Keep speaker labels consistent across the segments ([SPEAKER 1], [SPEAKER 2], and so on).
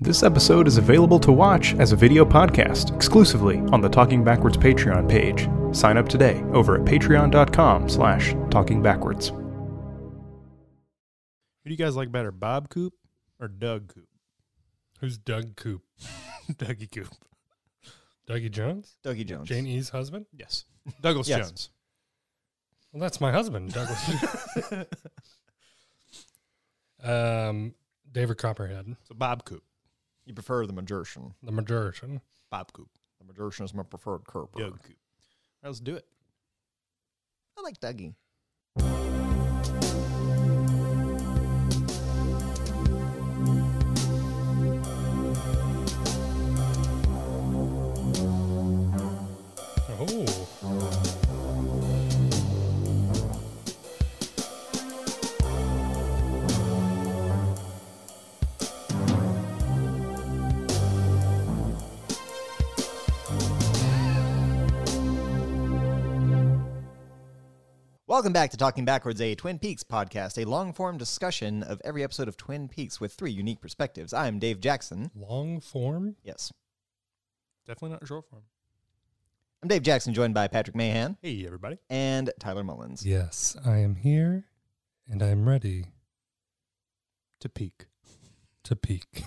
[SPEAKER 1] This episode is available to watch as a video podcast exclusively on the Talking Backwards Patreon page. Sign up today over at patreon.com slash talking backwards. Who do you guys like better, Bob Coop or Doug Coop?
[SPEAKER 2] Who's Doug Coop?
[SPEAKER 1] Dougie Coop.
[SPEAKER 2] Dougie Jones?
[SPEAKER 3] Dougie Jones.
[SPEAKER 2] Jane E's husband?
[SPEAKER 1] Yes. Douglas
[SPEAKER 3] Yes.
[SPEAKER 1] Jones.
[SPEAKER 2] Well, that's my husband, Douglas. Jones. um, David Copperhead,
[SPEAKER 1] So Bob Coop.
[SPEAKER 3] You prefer the magician.
[SPEAKER 2] the magician.
[SPEAKER 1] Bob Coop.
[SPEAKER 3] The magician is my preferred Kerber.
[SPEAKER 1] Doug Coop. All right, let's do it.
[SPEAKER 3] I like Dougie.
[SPEAKER 2] Oh,
[SPEAKER 3] Welcome back to Talking Backwards, a Twin Peaks podcast, a long form discussion of every episode of Twin Peaks with three unique perspectives. I'm Dave Jackson.
[SPEAKER 2] long form.
[SPEAKER 3] Yes.
[SPEAKER 1] Definitely not short form.
[SPEAKER 3] I'm Dave Jackson, joined by Patrick Mahan
[SPEAKER 1] Hey, everybody.
[SPEAKER 3] and Tyler Mullins.
[SPEAKER 2] Yes, I am here, and I'm ready
[SPEAKER 1] To peek.
[SPEAKER 2] to peek.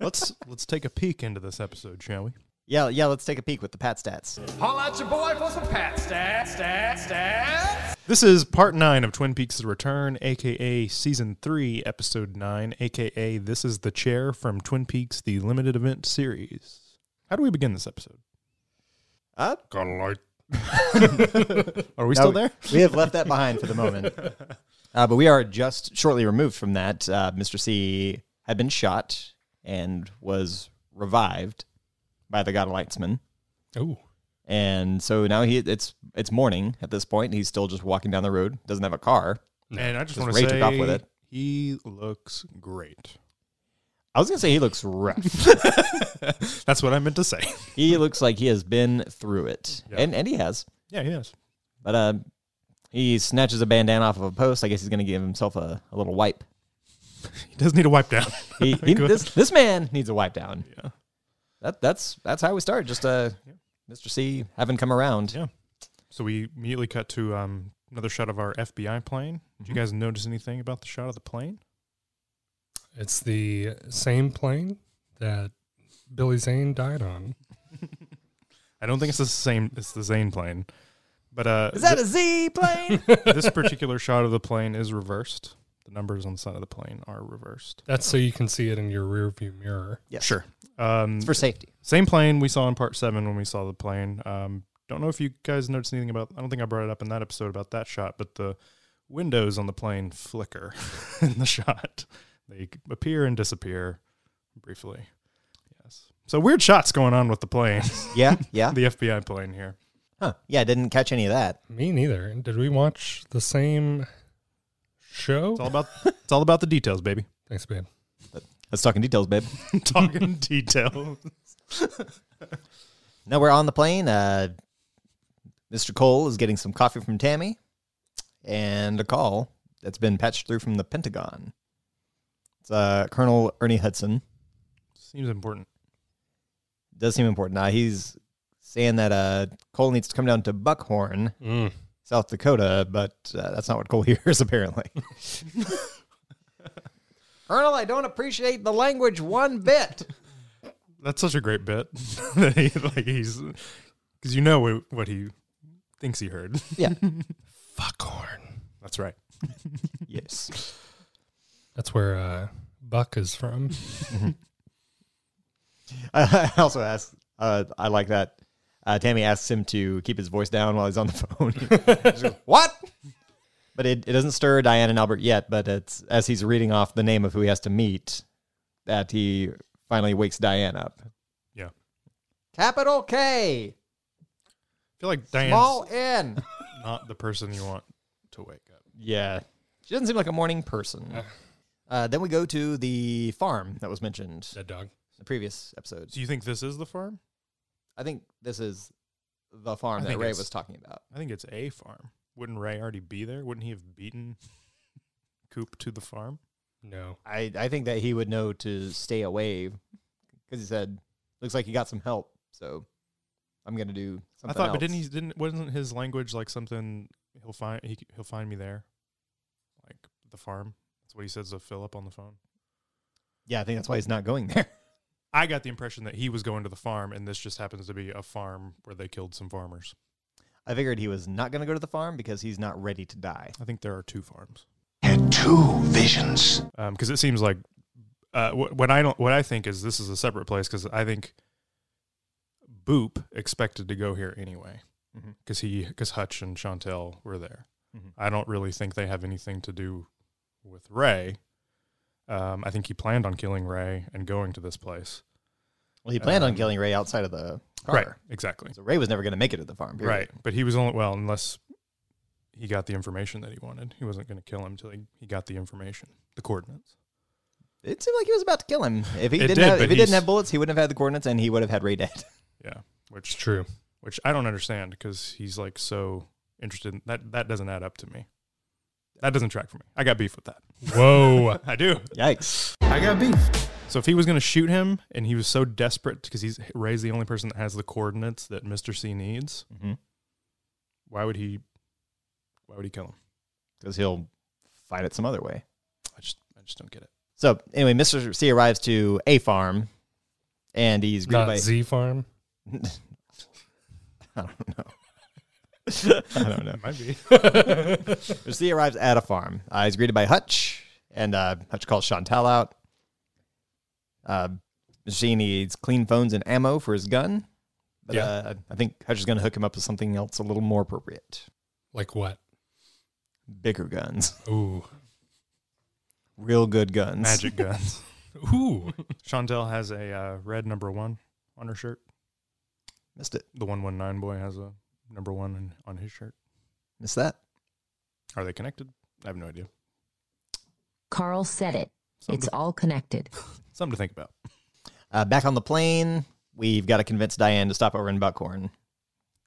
[SPEAKER 1] Let's let's take a peek into this episode, shall we?
[SPEAKER 3] Yeah, yeah, let's take a peek with the Pat stats.
[SPEAKER 4] Holla at your boy for some pat stats, stats, stats.
[SPEAKER 1] This is part nine of Twin Peaks The Return, aka season three, episode nine, aka This is the Chair from Twin Peaks The Limited Event Series. How do we begin this episode?
[SPEAKER 3] Uh,
[SPEAKER 2] Got a light.
[SPEAKER 1] Are we still
[SPEAKER 3] No,
[SPEAKER 1] there?
[SPEAKER 3] we have left that behind for the moment. Uh, but we are just shortly removed from that. Uh, Mr. C had been shot and was revived by the God of Lightsman.
[SPEAKER 2] Oh,
[SPEAKER 3] And so now he it's it's morning at this point. He's still just walking down the road. Doesn't have a car.
[SPEAKER 1] And I just, want to
[SPEAKER 3] Ray
[SPEAKER 1] say,
[SPEAKER 3] took off with it.
[SPEAKER 1] he looks great.
[SPEAKER 3] I was gonna say he looks rough.
[SPEAKER 1] That's what I meant to say.
[SPEAKER 3] he looks like he has been through it, and and he has.
[SPEAKER 1] yeah, he is.
[SPEAKER 3] But uh, he snatches a bandana off of a post. I guess he's gonna give himself a, a little wipe.
[SPEAKER 1] He does need a wipe down.
[SPEAKER 3] He, he-
[SPEAKER 1] Good.
[SPEAKER 3] this this man needs a wipe down.
[SPEAKER 1] Yeah.
[SPEAKER 3] That that's that's how we start. Just uh, Mr. C having come around.
[SPEAKER 1] Yeah. So we immediately cut to um, another shot of our FBI plane. Did you guys notice anything about the shot of the plane?
[SPEAKER 2] it's the same plane that Billy Zane died on.
[SPEAKER 1] I don't think it's the same. It's the Zane plane. But uh,
[SPEAKER 3] Is that a Z plane?
[SPEAKER 1] this particular shot of the plane is reversed. The numbers on the side of the plane are reversed.
[SPEAKER 2] That's so you can see it in your rearview mirror.
[SPEAKER 3] yes.
[SPEAKER 1] Sure. Um,
[SPEAKER 3] For safety.
[SPEAKER 1] same plane we saw in part seven when we saw the plane. Um, don't know if you guys noticed anything about. I don't think I brought it up in that episode about that shot, but the windows on the plane flicker in the shot. They appear and disappear briefly. Yes. So weird shots going on with the plane,
[SPEAKER 3] Yeah. Yeah.
[SPEAKER 1] the FBI plane here.
[SPEAKER 3] Huh. Yeah. Didn't catch any of that.
[SPEAKER 2] Me neither. Did we watch the same show?
[SPEAKER 1] It's all about it's all about the details, baby.
[SPEAKER 2] Thanks, babe.
[SPEAKER 3] Let's talk in details, babe.
[SPEAKER 1] Talking detail.
[SPEAKER 3] Now we're on the plane. Uh, Mr. Cole is getting some coffee from Tammy and a call that's been patched through from the Pentagon. It's uh, Colonel Ernie Hudson.
[SPEAKER 1] Seems important.
[SPEAKER 3] Does seem important. Now he's saying that uh, Cole needs to come down to Buckhorn,
[SPEAKER 2] Mm.
[SPEAKER 3] South Dakota, but uh, that's not what Cole hears, apparently. Colonel, I don't appreciate the language one bit.
[SPEAKER 1] That's such a great bit that he like he's because you know what, what he thinks he heard.
[SPEAKER 3] Yeah.
[SPEAKER 2] Buckhorn.
[SPEAKER 1] That's right.
[SPEAKER 3] yes.
[SPEAKER 2] That's where uh, Buck is from.
[SPEAKER 3] I also asked. Uh, I like that. Uh, Tammy asks him to keep his voice down while he's on the phone. She goes, what? But it, it doesn't stir Diane and Albert yet. But it's as he's reading off the name of who he has to meet that he finally wakes Diane up.
[SPEAKER 1] Yeah.
[SPEAKER 3] Capital
[SPEAKER 1] I
[SPEAKER 3] K,
[SPEAKER 1] feel like Diane's
[SPEAKER 3] small N.
[SPEAKER 1] not the person you want to wake up.
[SPEAKER 3] yeah, she doesn't seem like a morning person. Uh, then we go to the farm that was mentioned in
[SPEAKER 2] Dead dog.
[SPEAKER 3] the previous episode.
[SPEAKER 1] Do you think this is the farm?
[SPEAKER 3] I think this is the farm
[SPEAKER 1] I
[SPEAKER 3] that
[SPEAKER 1] think
[SPEAKER 3] Ray
[SPEAKER 1] it's-
[SPEAKER 3] was talking about.
[SPEAKER 1] I think it's a farm. Wouldn't Ray already be there? Wouldn't he have beaten Coop to the farm?
[SPEAKER 2] No.
[SPEAKER 3] I, I think that he would know to stay away because he said, "Looks like he got some help." So I'm gonna do something.
[SPEAKER 1] I thought,
[SPEAKER 3] else.
[SPEAKER 1] but didn't he? Didn't wasn't his language like something he'll find? He, he'll find me there, like the farm. That's what he says to Philip on the phone.
[SPEAKER 3] Yeah, I think that's why he's not going there.
[SPEAKER 1] I got the impression that he was going to the farm, and this just happens to be a farm where they killed some farmers.
[SPEAKER 3] I figured he was not gonna go to the farm because he's not ready to die.
[SPEAKER 1] I think there are two farms
[SPEAKER 5] Had two visions.
[SPEAKER 1] because it seems like uh, wh- what I don't what I think is this is a separate place because I think Boop expected to go here anyway
[SPEAKER 3] Mhm.
[SPEAKER 1] because he because Hutch and Chantel were there.
[SPEAKER 3] Mhm.
[SPEAKER 1] I don't really think they have anything to do with Ray. Um, I think he planned on killing Ray and going to this place.
[SPEAKER 3] Well, he planned on
[SPEAKER 1] Um,
[SPEAKER 3] killing Ray outside of the car.
[SPEAKER 1] Right, exactly.
[SPEAKER 3] So Ray was never gonna make it to the farm. period.
[SPEAKER 1] Right, but he was only well unless he got the information that he wanted. He wasn't going to kill him till he, he got the information, the coordinates.
[SPEAKER 3] It seemed like he was about to kill him. If he
[SPEAKER 1] It
[SPEAKER 3] didn't,
[SPEAKER 1] did,
[SPEAKER 3] have,
[SPEAKER 1] but
[SPEAKER 3] if he didn't
[SPEAKER 1] he's-
[SPEAKER 3] have bullets, he wouldn't have had the coordinates, and he would have had Ray dead.
[SPEAKER 1] Yeah,
[SPEAKER 2] It's
[SPEAKER 1] which
[SPEAKER 2] true.
[SPEAKER 1] which I don't understand because he's like so interested. In, that that doesn't add up to me. That doesn't track for me. I got beef with that.
[SPEAKER 2] Whoa.
[SPEAKER 1] I do.
[SPEAKER 3] Yikes!
[SPEAKER 1] So if he was going to shoot him and he was so desperate because he's Ray's the only person that has the coordinates that Mister C needs,
[SPEAKER 3] Because
[SPEAKER 1] why would he? Why would he kill him?
[SPEAKER 3] he'll fight it some other way.
[SPEAKER 1] I just I just don't get it.
[SPEAKER 3] So anyway, Mister C arrives to a farm, and he's greeted by
[SPEAKER 2] Not Z Farm.
[SPEAKER 3] I don't know. I don't know.
[SPEAKER 1] It might be.
[SPEAKER 3] Mr. C arrives at a farm. Uh, he's greeted by Hutch, and uh, Hutch calls Chantal out. Uh, Mr. C needs clean phones and ammo for his gun, but
[SPEAKER 1] Yeah.
[SPEAKER 3] uh, I think Hutch is going to hook him up with something else a little more appropriate.
[SPEAKER 2] Like what?
[SPEAKER 3] Bigger guns,
[SPEAKER 2] Ooh.
[SPEAKER 3] real good guns.
[SPEAKER 1] Magic guns.
[SPEAKER 2] Ooh.
[SPEAKER 1] Chantel has a uh, red number one on her shirt.
[SPEAKER 3] Missed it.
[SPEAKER 1] The one one nine boy has a number one in, on his shirt.
[SPEAKER 3] Missed that.
[SPEAKER 1] Are they connected? I have no idea.
[SPEAKER 6] Carl said it.
[SPEAKER 1] Something,
[SPEAKER 6] It's all connected.
[SPEAKER 1] something to think about.
[SPEAKER 3] Uh, back on the plane, we've got to convince Diane to stop over in Buckhorn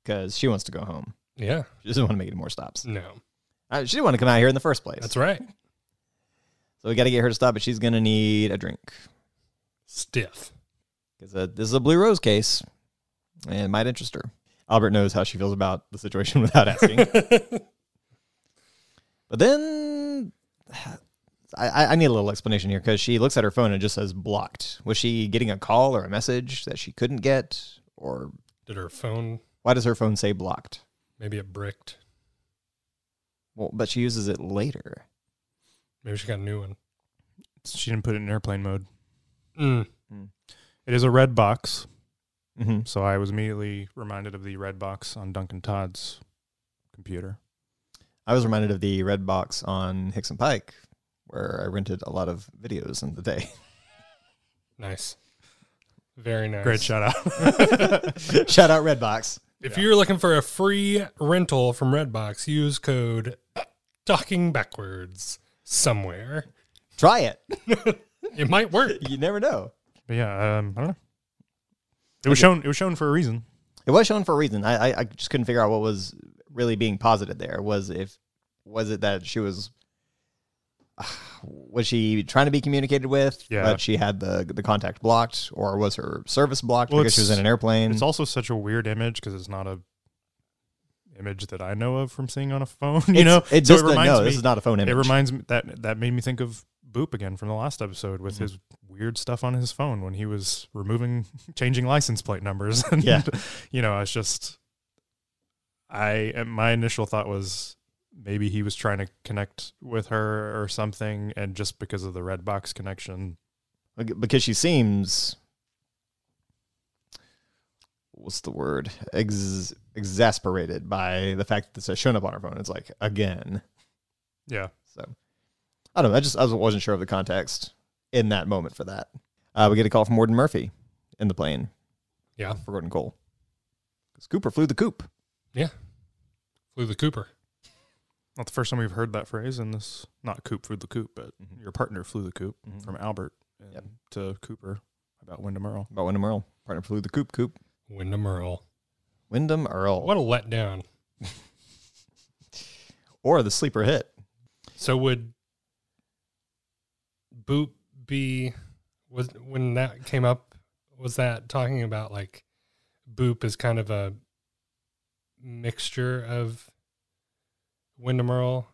[SPEAKER 3] because she wants to go home.
[SPEAKER 2] Yeah.
[SPEAKER 3] She doesn't want to make any more stops.
[SPEAKER 2] No.
[SPEAKER 3] Uh, she didn't want to come out here in the first place.
[SPEAKER 2] That's right.
[SPEAKER 3] So we got to get her to stop, but she's going to need a drink
[SPEAKER 2] Stiff.
[SPEAKER 3] because uh, this is a Blue Rose case and it might interest her. Albert knows how she feels about the situation without asking. but then I- I, I need a little explanation here because she looks at her phone and it just says blocked. Was she getting a call or a message that she couldn't get? Or
[SPEAKER 2] Did her phone
[SPEAKER 3] why does her phone say blocked?
[SPEAKER 2] maybe it bricked?
[SPEAKER 3] Well, but she uses it later.
[SPEAKER 2] Maybe she got a new one.
[SPEAKER 1] She didn't put it in airplane mode.
[SPEAKER 2] Mm.
[SPEAKER 1] It is a red box,
[SPEAKER 3] Mm-hmm.
[SPEAKER 1] so I was immediately reminded of the red box on Duncan Todd's computer.
[SPEAKER 3] I was reminded of the red box on Hickson Pike, where I rented a lot of videos in the day.
[SPEAKER 2] Nice. Very nice.
[SPEAKER 1] Great shout out.
[SPEAKER 3] Shout out Red Box.
[SPEAKER 2] If you're looking for a free rental from Redbox, use code talking backwards somewhere.
[SPEAKER 3] Try it.
[SPEAKER 2] It might work.
[SPEAKER 3] You never know.
[SPEAKER 1] But yeah, um, I don't know. It was shown. It was shown for a reason.
[SPEAKER 3] It was shown for a reason. I, I I just couldn't figure out what was really being posited there. Was if was it that she was was she trying to be communicated with,
[SPEAKER 1] Yeah.
[SPEAKER 3] but she had the the contact blocked, or was her service blocked
[SPEAKER 1] Well,
[SPEAKER 3] because she was
[SPEAKER 1] it's-
[SPEAKER 3] in an airplane?
[SPEAKER 1] It's also such a weird image because it's not a image that I know of from seeing on a phone. You know,
[SPEAKER 3] It's- it
[SPEAKER 1] So
[SPEAKER 3] just a no.
[SPEAKER 1] me-
[SPEAKER 3] This is not a phone image.
[SPEAKER 1] It reminds me that that made me think of Boop again from the last episode
[SPEAKER 3] Mm-hmm.
[SPEAKER 1] with his weird stuff on his phone when he was removing, changing license plate numbers. And,
[SPEAKER 3] Yeah.
[SPEAKER 1] you know, it's just, I and my initial thought was maybe he was trying to connect with her or something, and just because of the red box connection,
[SPEAKER 3] because she seems what's the word Ex- exasperated by the fact that this has shown up on her phone it's like again
[SPEAKER 1] yeah,
[SPEAKER 3] so i don't know i just i wasn't sure of the context in that moment for that uh, we get a call from warden murphy in the plane
[SPEAKER 2] Yeah.
[SPEAKER 3] for gordon cole 'Cause cooper flew the coop
[SPEAKER 2] Yeah. Flew the Cooper.
[SPEAKER 1] not the first time we've heard that phrase in this. Not coop flew the coop, but
[SPEAKER 3] Mhm.
[SPEAKER 1] your partner flew the coop
[SPEAKER 2] Mm-hmm.
[SPEAKER 3] Mhm.
[SPEAKER 1] from Albert and
[SPEAKER 3] Yep.
[SPEAKER 1] to Cooper about Wyndham Earl.
[SPEAKER 3] about wyndham earl partner flew the coop coop
[SPEAKER 2] Wyndham Earl.
[SPEAKER 3] wyndham earl
[SPEAKER 2] What a letdown.
[SPEAKER 3] or the sleeper hit
[SPEAKER 2] So would Boop be was when that came up was that talking about like Boop is kind of a mixture of Wyndham Earl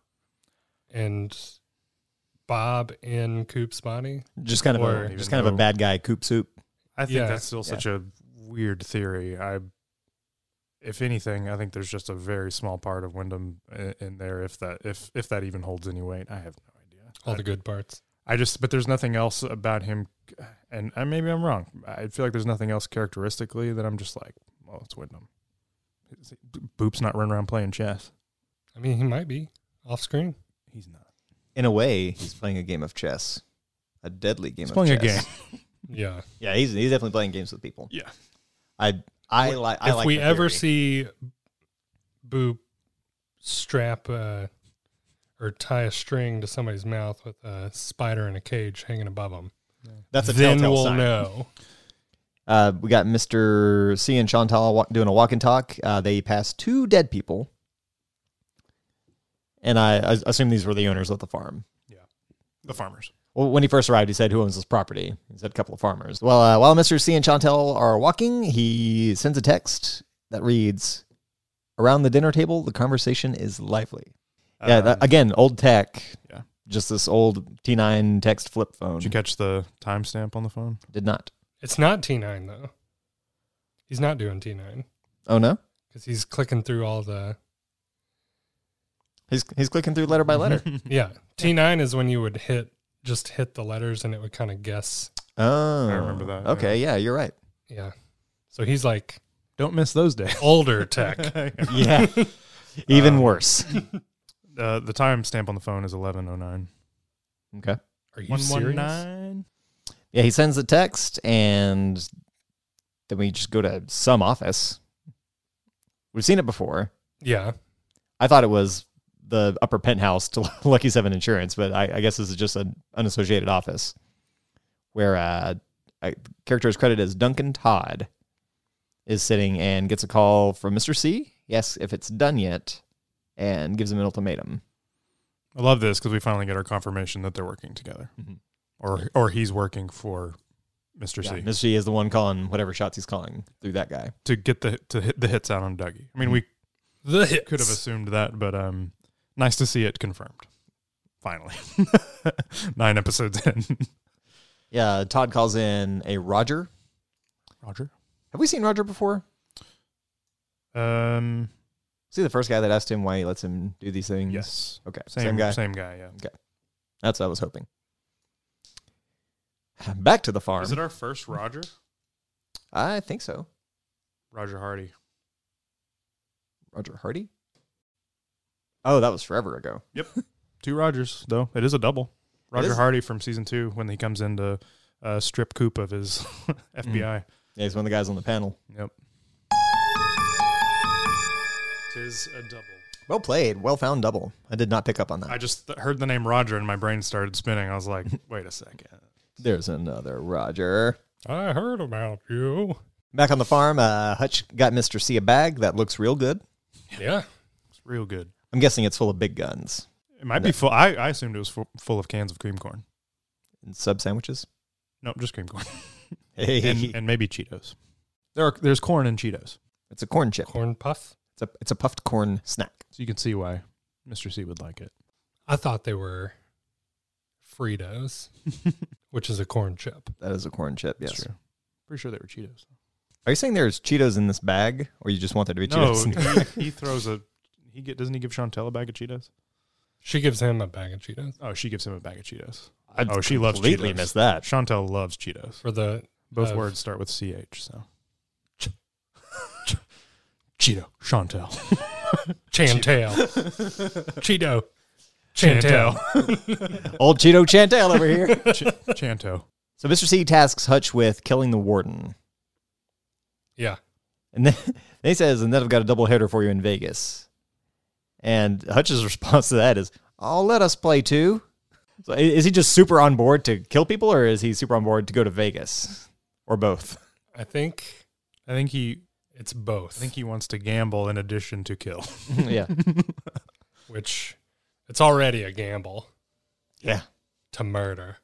[SPEAKER 2] and Bob in Coop's body?
[SPEAKER 3] Just kind of
[SPEAKER 1] Or-
[SPEAKER 3] a, just kind of a
[SPEAKER 1] Even
[SPEAKER 3] bad guy coop soup.
[SPEAKER 1] I think
[SPEAKER 2] Yeah.
[SPEAKER 1] that's still such a weird theory. I, if anything, I think there's just a very small part of Wyndham i- in there. If that, if if that even holds any weight, I have no idea.
[SPEAKER 2] All the good parts.
[SPEAKER 1] I just, but there's nothing else about him, and I, maybe I'm wrong. I feel like there's nothing else characteristically that I'm just like, well, it's Wyndham. Is he- Boop's not running around playing chess.
[SPEAKER 2] I mean, he might be off screen.
[SPEAKER 1] He's not.
[SPEAKER 3] In a way, he's playing a game of chess, a deadly game.
[SPEAKER 1] He's
[SPEAKER 3] of
[SPEAKER 1] playing a
[SPEAKER 3] chess.
[SPEAKER 1] game.
[SPEAKER 2] Yeah.
[SPEAKER 3] Yeah, he's he's definitely playing games with people.
[SPEAKER 1] Yeah.
[SPEAKER 3] I I like. I
[SPEAKER 2] if
[SPEAKER 3] like
[SPEAKER 2] we
[SPEAKER 3] the
[SPEAKER 2] ever
[SPEAKER 3] theory.
[SPEAKER 2] see Boop strap uh, or tie a string to somebody's mouth with a spider in a cage hanging above them,
[SPEAKER 3] that's a
[SPEAKER 2] then
[SPEAKER 3] telltale
[SPEAKER 2] we'll
[SPEAKER 3] sign.
[SPEAKER 2] know.
[SPEAKER 3] Uh, we got Mr. C and Chantal walk, doing a walk and talk. Uh, they passed two dead people, and I, I assume these were the owners of the farm.
[SPEAKER 1] The farmers.
[SPEAKER 3] Well, when he first arrived, he said, "Who owns this property?" He said, "A couple of farmers." Well, uh, while Mr. C and Chantel are walking, he sends a text that reads, "Around the dinner table, the conversation is lively." yeah, that,
[SPEAKER 1] Um,
[SPEAKER 3] again, old tech.
[SPEAKER 1] yeah.
[SPEAKER 3] just this old T9 text flip phone.
[SPEAKER 1] Did you catch the timestamp on the phone?
[SPEAKER 3] Did not.
[SPEAKER 2] It's not T9, though. He's not doing T9
[SPEAKER 3] Oh no,
[SPEAKER 2] because he's clicking through all the.
[SPEAKER 3] he's he's clicking through letter by
[SPEAKER 1] Mm-hmm.
[SPEAKER 3] letter.
[SPEAKER 2] Yeah. T9 is when you would hit, just hit the letters and it would kind of guess.
[SPEAKER 3] oh,
[SPEAKER 1] I remember that,
[SPEAKER 3] Okay, yeah, you're right.
[SPEAKER 2] Yeah. So he's like
[SPEAKER 1] Don't miss those days. Uh,
[SPEAKER 2] older tech.
[SPEAKER 3] Yeah, even
[SPEAKER 1] Um,
[SPEAKER 3] worse.
[SPEAKER 1] Uh, the timestamp on the phone is 1109.
[SPEAKER 3] Okay.
[SPEAKER 2] Are you serious?
[SPEAKER 3] Yeah, he sends the text, and then we just go to some office. We've seen it before.
[SPEAKER 2] Yeah.
[SPEAKER 3] I thought it was the upper penthouse to Lucky Seven Insurance, but I, I guess this is just an unassociated office where uh, a character is credited as Duncan Todd is sitting and gets a call from Mr. C. Yes, if it's done yet, and gives him an ultimatum.
[SPEAKER 1] I love this because we finally get our confirmation that they're working together,
[SPEAKER 3] Mhm.
[SPEAKER 1] or or he's working for Mr.
[SPEAKER 3] Yeah,
[SPEAKER 1] C
[SPEAKER 3] Mr. C is the one calling whatever shots he's calling through that guy.
[SPEAKER 1] to get the to hit the hits out on Dougie. I mean, we
[SPEAKER 3] Mm-hmm.
[SPEAKER 2] The hits.
[SPEAKER 1] could have assumed that, but um, nice to see it confirmed. Finally, nine episodes in.
[SPEAKER 3] Yeah, Todd calls in a Roger.
[SPEAKER 1] Roger,
[SPEAKER 3] Have we seen Roger before?
[SPEAKER 1] um,
[SPEAKER 3] See the first guy that asked him why he lets him do these things.
[SPEAKER 1] yes,
[SPEAKER 3] Okay.
[SPEAKER 1] same,
[SPEAKER 3] Mm-hmm. Same, guy.
[SPEAKER 1] same guy. Yeah,
[SPEAKER 3] That's what I was hoping. Back to the farm.
[SPEAKER 1] is it our first Roger?
[SPEAKER 3] I think so.
[SPEAKER 1] Roger Hardy.
[SPEAKER 3] Roger Hardy. Oh, that was forever ago.
[SPEAKER 1] Two Rogers though. It is a double. Roger
[SPEAKER 3] is.
[SPEAKER 1] Hardy from season two when he comes in to uh, strip Coop of his
[SPEAKER 3] Mm-hmm.
[SPEAKER 1] FBI.
[SPEAKER 3] Yeah, he's one of the guys on the panel.
[SPEAKER 1] Yep. Tis a double.
[SPEAKER 3] Well played. Well found double. I did not pick up on that.
[SPEAKER 1] I just th- heard the name Roger and my brain started spinning. I was like, wait a second.
[SPEAKER 3] There's another Roger.
[SPEAKER 2] I heard about you.
[SPEAKER 3] Back on the farm, uh, Hutch got Mr. C a bag that looks real good.
[SPEAKER 2] Yeah.
[SPEAKER 1] It's real good.
[SPEAKER 3] I'm guessing it's full of big guns
[SPEAKER 1] It might be full. I, I assumed it was full, full of cans of cream corn.
[SPEAKER 3] and sub sandwiches.
[SPEAKER 1] Nope, just cream corn.
[SPEAKER 3] Hey,
[SPEAKER 1] and, and maybe Cheetos. There are, there's corn in Cheetos.
[SPEAKER 3] it's a corn chip.
[SPEAKER 2] Corn puff.
[SPEAKER 3] It's a it's a puffed corn snack.
[SPEAKER 1] So you can see why Mr. C would like it.
[SPEAKER 2] I thought they were Fritos, which is a corn chip.
[SPEAKER 3] That is a corn chip. Yes.
[SPEAKER 1] That's true. Pretty sure they were Cheetos.
[SPEAKER 3] Are you saying there's Cheetos in this bag, or you just want there to be Cheetos? in
[SPEAKER 1] No, he, he throws a. He get, doesn't he give Chantel a bag of Cheetos?
[SPEAKER 2] She gives him a bag of Cheetos
[SPEAKER 1] Oh, she gives him a bag of Cheetos.
[SPEAKER 3] I
[SPEAKER 1] oh, she loves
[SPEAKER 3] completely
[SPEAKER 1] Cheetos.
[SPEAKER 3] missed that.
[SPEAKER 1] Chantel loves Cheetos.
[SPEAKER 2] for the
[SPEAKER 1] Both
[SPEAKER 2] of-
[SPEAKER 1] words start with CH, so. Cheeto, Chantel.
[SPEAKER 2] Chantel. Cheeto. Chantel.
[SPEAKER 3] Old Cheeto Chantel over here.
[SPEAKER 1] Ch- Chanto.
[SPEAKER 3] so Mr. C tasks Hutch with killing the warden,
[SPEAKER 2] Yeah.
[SPEAKER 3] and then, then he says, "And then I've got a double header for you in Vegas." And Hutch's response to that is, "Oh, let us play too." So i- is he just super on board to kill people, or is he super on board to go to Vegas, or both?
[SPEAKER 2] I think
[SPEAKER 1] I think he
[SPEAKER 2] it's both.
[SPEAKER 1] I think he wants to gamble in addition to kill.
[SPEAKER 3] yeah,
[SPEAKER 2] which it's already a gamble
[SPEAKER 3] yeah.
[SPEAKER 2] to murder.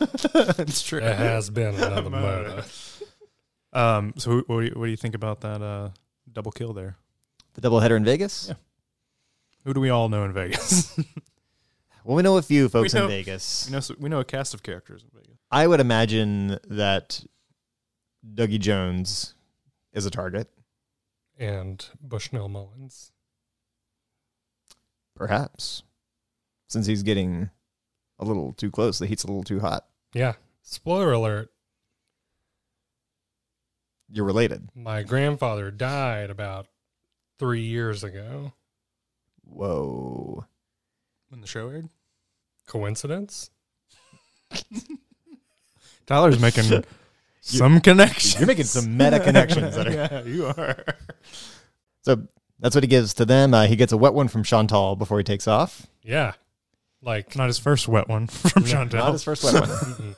[SPEAKER 1] it's true.
[SPEAKER 2] There has been another murder.
[SPEAKER 1] Um, so what do you, what do you think about that uh, double kill there?
[SPEAKER 3] The doubleheader in Vegas.
[SPEAKER 1] Yeah. Who do we all know in Vegas?
[SPEAKER 3] Well, we know a few folks
[SPEAKER 1] know-
[SPEAKER 3] in Vegas.
[SPEAKER 1] we know we know a cast of characters in Vegas.
[SPEAKER 3] I would imagine that Dougie Jones is a target,
[SPEAKER 2] And Bushnell Mullins.
[SPEAKER 3] perhaps, since he's getting a little too close. The heat's a little too hot.
[SPEAKER 2] Yeah. Spoiler alert,
[SPEAKER 3] You're related.
[SPEAKER 2] my grandfather died about three years ago.
[SPEAKER 3] Whoa.
[SPEAKER 1] When the show aired,
[SPEAKER 2] Coincidence?
[SPEAKER 1] Tyler's making some connections.
[SPEAKER 3] You're making some meta connections that are.
[SPEAKER 1] yeah, you are.
[SPEAKER 3] So that's what he gives to them. Uh, he gets a wet one from Chantal before he takes off.
[SPEAKER 2] Yeah. Like
[SPEAKER 1] Not his first wet one from Chantel.
[SPEAKER 3] Not his first wet one.
[SPEAKER 1] Mm-hmm.
[SPEAKER 2] mm-mm.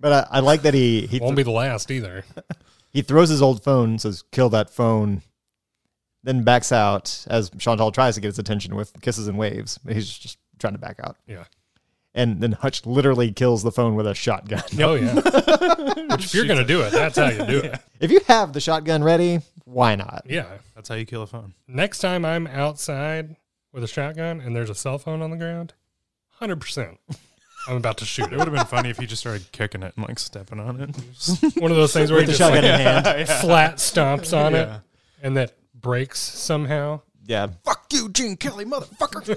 [SPEAKER 3] But I, I like that he he,
[SPEAKER 2] won't be the last either.
[SPEAKER 3] he throws his old phone, says, kill that phone, then backs out as Chantal tries to get his attention with kisses and waves. But he's just trying to back out.
[SPEAKER 2] Yeah.
[SPEAKER 3] And then Hutch literally kills the phone with a shotgun.
[SPEAKER 2] Oh yeah. Which if you're gonna do it, that's how you do it.
[SPEAKER 3] If you have the shotgun ready, why not?
[SPEAKER 2] Yeah.
[SPEAKER 1] That's how you kill a phone.
[SPEAKER 2] Next time I'm outside with a shotgun and there's a cell phone on the ground, hundred percent. I'm about to shoot
[SPEAKER 1] It
[SPEAKER 2] it.
[SPEAKER 1] would have been funny if he just started kicking it and like stepping on it.
[SPEAKER 2] One of those things where
[SPEAKER 3] With
[SPEAKER 2] he
[SPEAKER 3] the
[SPEAKER 2] just like,
[SPEAKER 3] shotgun in hand.
[SPEAKER 2] flat stomps on
[SPEAKER 1] Yeah.
[SPEAKER 2] it and that breaks somehow.
[SPEAKER 3] Yeah.
[SPEAKER 1] Fuck you, Gene Kelly, motherfucker.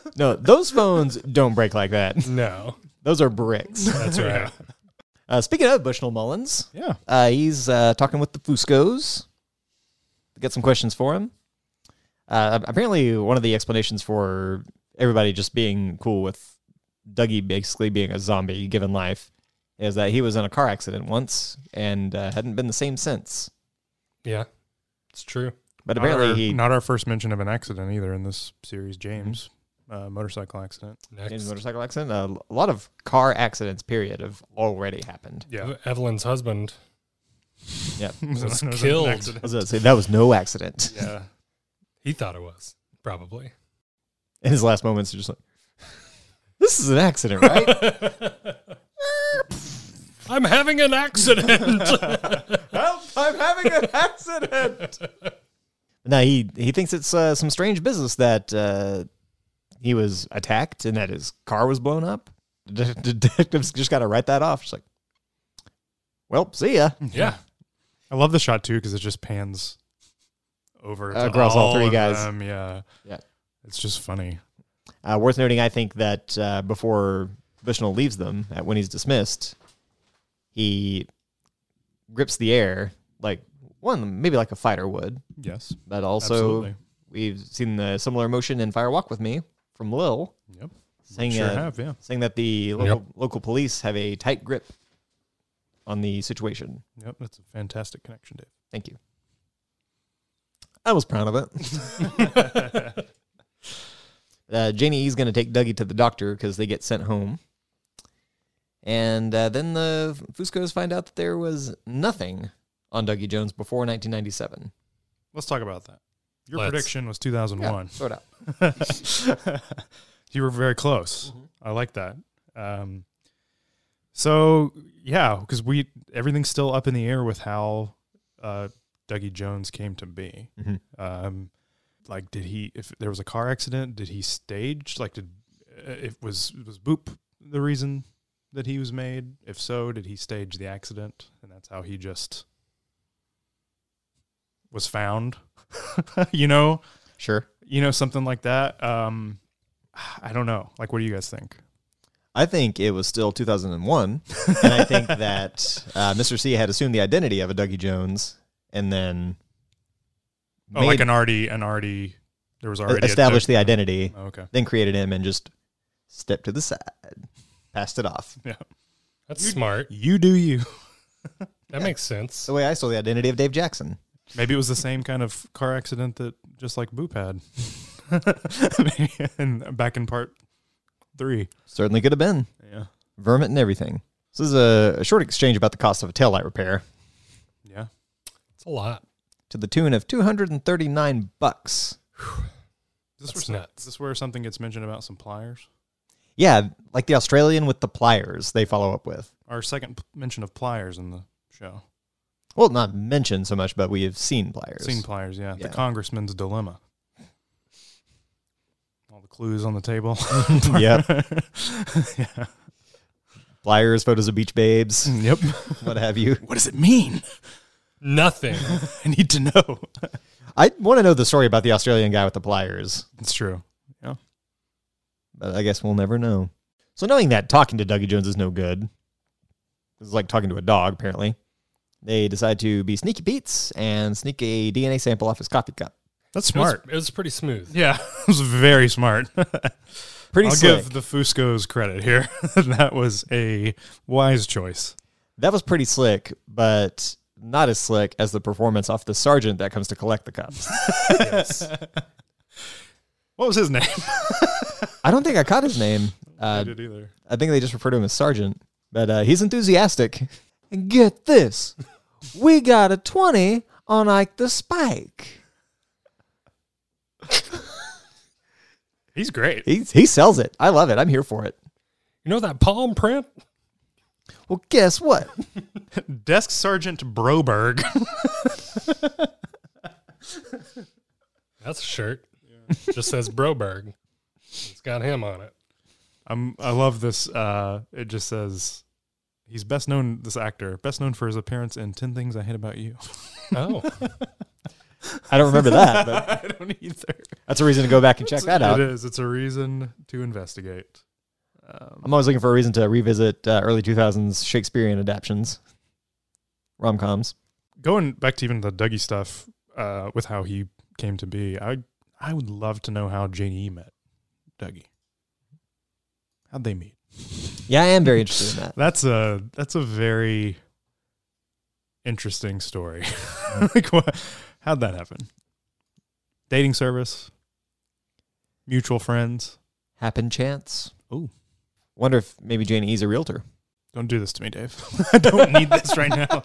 [SPEAKER 3] No, those phones don't break like that.
[SPEAKER 2] No.
[SPEAKER 3] Those are bricks.
[SPEAKER 2] That's right.
[SPEAKER 3] Uh, speaking of Bushnell Mullins,
[SPEAKER 1] yeah.
[SPEAKER 3] Uh, he's uh, talking with the Fuscos. Got some questions for him. Uh, apparently, one of the explanations for everybody just being cool with Dougie basically being a zombie given life is that he was in a car accident once and uh, hadn't been the same since.
[SPEAKER 2] Yeah. It's true.
[SPEAKER 3] But
[SPEAKER 1] Not our,
[SPEAKER 3] apparently, he
[SPEAKER 1] not our first mention of an accident either in this series, James. Uh, motorcycle accident.
[SPEAKER 3] in a
[SPEAKER 2] Next.
[SPEAKER 3] motorcycle accident. A, a lot of car accidents, period, have already happened.
[SPEAKER 2] Yeah. Evelyn's husband.
[SPEAKER 3] Yep.
[SPEAKER 1] was
[SPEAKER 2] killed.
[SPEAKER 3] I was gonna say, that was no accident.
[SPEAKER 1] Yeah.
[SPEAKER 2] He thought it was. Probably.
[SPEAKER 3] In his last moments, he's just like, this is an accident, right?
[SPEAKER 2] I'm having an accident.
[SPEAKER 3] Help! I'm having an accident. now he he thinks it's uh, some strange business that uh, he was attacked and that his car was blown up. The detectives just got to write that off. Just like, well, see ya
[SPEAKER 2] yeah.
[SPEAKER 1] I love the shot too because it just pans over to
[SPEAKER 3] Across all three
[SPEAKER 1] of
[SPEAKER 3] guys.
[SPEAKER 1] them, Yeah.
[SPEAKER 3] Yeah.
[SPEAKER 1] It's just funny.
[SPEAKER 3] Uh, worth noting, I think that uh, before Bushnell leaves them, at, when he's dismissed, he grips the air like one maybe like a fighter would,
[SPEAKER 1] Yes.
[SPEAKER 3] but also
[SPEAKER 1] Absolutely.
[SPEAKER 3] we've seen the similar motion in Fire Walk with Me from Lil.
[SPEAKER 1] Yep.
[SPEAKER 3] Saying,
[SPEAKER 1] Sure
[SPEAKER 3] uh,
[SPEAKER 1] have, yeah.
[SPEAKER 3] saying that the local,
[SPEAKER 2] Yep.
[SPEAKER 3] local police have a tight grip on the situation.
[SPEAKER 1] Yep. That's a fantastic connection, Dave.
[SPEAKER 3] Thank you. I was proud of it. uh, Janie E's going to take Dougie to the doctor because they get sent home. And uh, then the Fuscos find out that there was nothing on Dougie Jones before 1997.
[SPEAKER 1] Let's talk about that. Your
[SPEAKER 2] Let's.
[SPEAKER 1] prediction was 2001.
[SPEAKER 3] throw it out.
[SPEAKER 1] you were very close. I like that. Um, so yeah, because we everything's still up in the air with how uh, Dougie Jones came to be.
[SPEAKER 3] Mhm.
[SPEAKER 1] Um, like, did he? If there was a car accident, did he stage? Like, did uh, if was was Boop the reason that he was made? If so, did he stage the accident, and that's how he just was found? you know,
[SPEAKER 3] Sure.
[SPEAKER 1] you know something like that um i don't know like what do you guys think
[SPEAKER 3] I think it was still 2001, and I think that uh, Mr. C had assumed the identity of a Dougie Jones, and then
[SPEAKER 1] oh like
[SPEAKER 3] made- e-,
[SPEAKER 1] an already an already there was already a
[SPEAKER 3] established the
[SPEAKER 1] Doug-
[SPEAKER 3] identity,
[SPEAKER 1] oh, okay
[SPEAKER 3] then created him, and just stepped to the side, passed it off.
[SPEAKER 1] yeah
[SPEAKER 2] That's smart.
[SPEAKER 1] you do you
[SPEAKER 2] That makes sense.
[SPEAKER 3] The way I stole the identity of Dave Jackson.
[SPEAKER 1] maybe it was the same kind of car accident that just like boop had and back in part three
[SPEAKER 3] Certainly could have been
[SPEAKER 1] yeah
[SPEAKER 3] vermin and everything. So this is a, a short exchange about the cost of a taillight repair
[SPEAKER 1] yeah
[SPEAKER 2] It's a lot.
[SPEAKER 3] to the tune of 239 bucks.
[SPEAKER 1] is this,
[SPEAKER 2] That's
[SPEAKER 1] where some-
[SPEAKER 2] nuts.
[SPEAKER 1] is this where something gets mentioned about some pliers
[SPEAKER 3] Yeah, like the Australian with the pliers they follow up with.
[SPEAKER 1] Our second p- mention of pliers in the show.
[SPEAKER 3] Well, not mentioned so much, but we have seen pliers.
[SPEAKER 1] Seen pliers, yeah.
[SPEAKER 3] Yeah.
[SPEAKER 1] The congressman's dilemma. All the clues on the table.
[SPEAKER 3] Yep.
[SPEAKER 1] yeah.
[SPEAKER 3] pliers, photos of beach babes,
[SPEAKER 1] Yep.
[SPEAKER 3] what have you.
[SPEAKER 1] What does it mean?
[SPEAKER 2] Nothing.
[SPEAKER 1] I need to know.
[SPEAKER 3] I want to know the story about the Australian guy with the pliers,
[SPEAKER 1] It's true. Yeah.
[SPEAKER 3] but I guess we'll never know. So knowing that talking to Dougie Jones is no good, it's like talking to a dog. Apparently, they decide to be sneaky Pete's and sneak a DNA sample off his coffee cup.
[SPEAKER 1] That's
[SPEAKER 2] It was,
[SPEAKER 1] smart.
[SPEAKER 2] it was pretty smooth.
[SPEAKER 1] Yeah. It was very smart.
[SPEAKER 3] Pretty
[SPEAKER 1] I'll
[SPEAKER 3] slick.
[SPEAKER 1] give the Fuscos credit here. that was a wise choice.
[SPEAKER 3] that was pretty slick, but not as slick as the performance off the sergeant that comes to collect the cups.
[SPEAKER 1] What was his name?
[SPEAKER 3] I don't think I caught his name. Uh,
[SPEAKER 1] did either.
[SPEAKER 3] I think they just refer to him as Sergeant, but uh, he's enthusiastic. And get this, we got a twenty on Ike the Spike.
[SPEAKER 1] He's great.
[SPEAKER 3] He he sells it. I love it. I'm here for it.
[SPEAKER 2] You know that palm print?
[SPEAKER 3] Well, guess what?
[SPEAKER 1] Desk Sergeant Broberg.
[SPEAKER 2] That's a shirt. Just says Broberg. It's got him on it.
[SPEAKER 1] I'm, I love this. Uh, it just says he's best known, this actor, best known for his appearance in 10 Things I Hate About You.
[SPEAKER 2] Oh,
[SPEAKER 3] I don't remember that. But
[SPEAKER 1] I don't either.
[SPEAKER 3] that's a reason to go back and check that
[SPEAKER 1] It
[SPEAKER 3] out.
[SPEAKER 1] is. It's a reason to investigate.
[SPEAKER 3] I'm always looking for a reason to revisit uh, early 2000s Shakespearean adaptions, rom coms.
[SPEAKER 1] Going back to even the Dougie stuff uh, with how he came to be, I I would love to know how Janie E met Dougie. How'd they meet?
[SPEAKER 3] Yeah, I am very interested in that.
[SPEAKER 1] That's a that's a very interesting story. like, what, how'd that happen? Dating service, mutual friends.
[SPEAKER 3] Happen chance.
[SPEAKER 1] Ooh.
[SPEAKER 3] Wonder if maybe Janie E's a realtor.
[SPEAKER 1] Don't do this to me, Dave. I don't need this right now.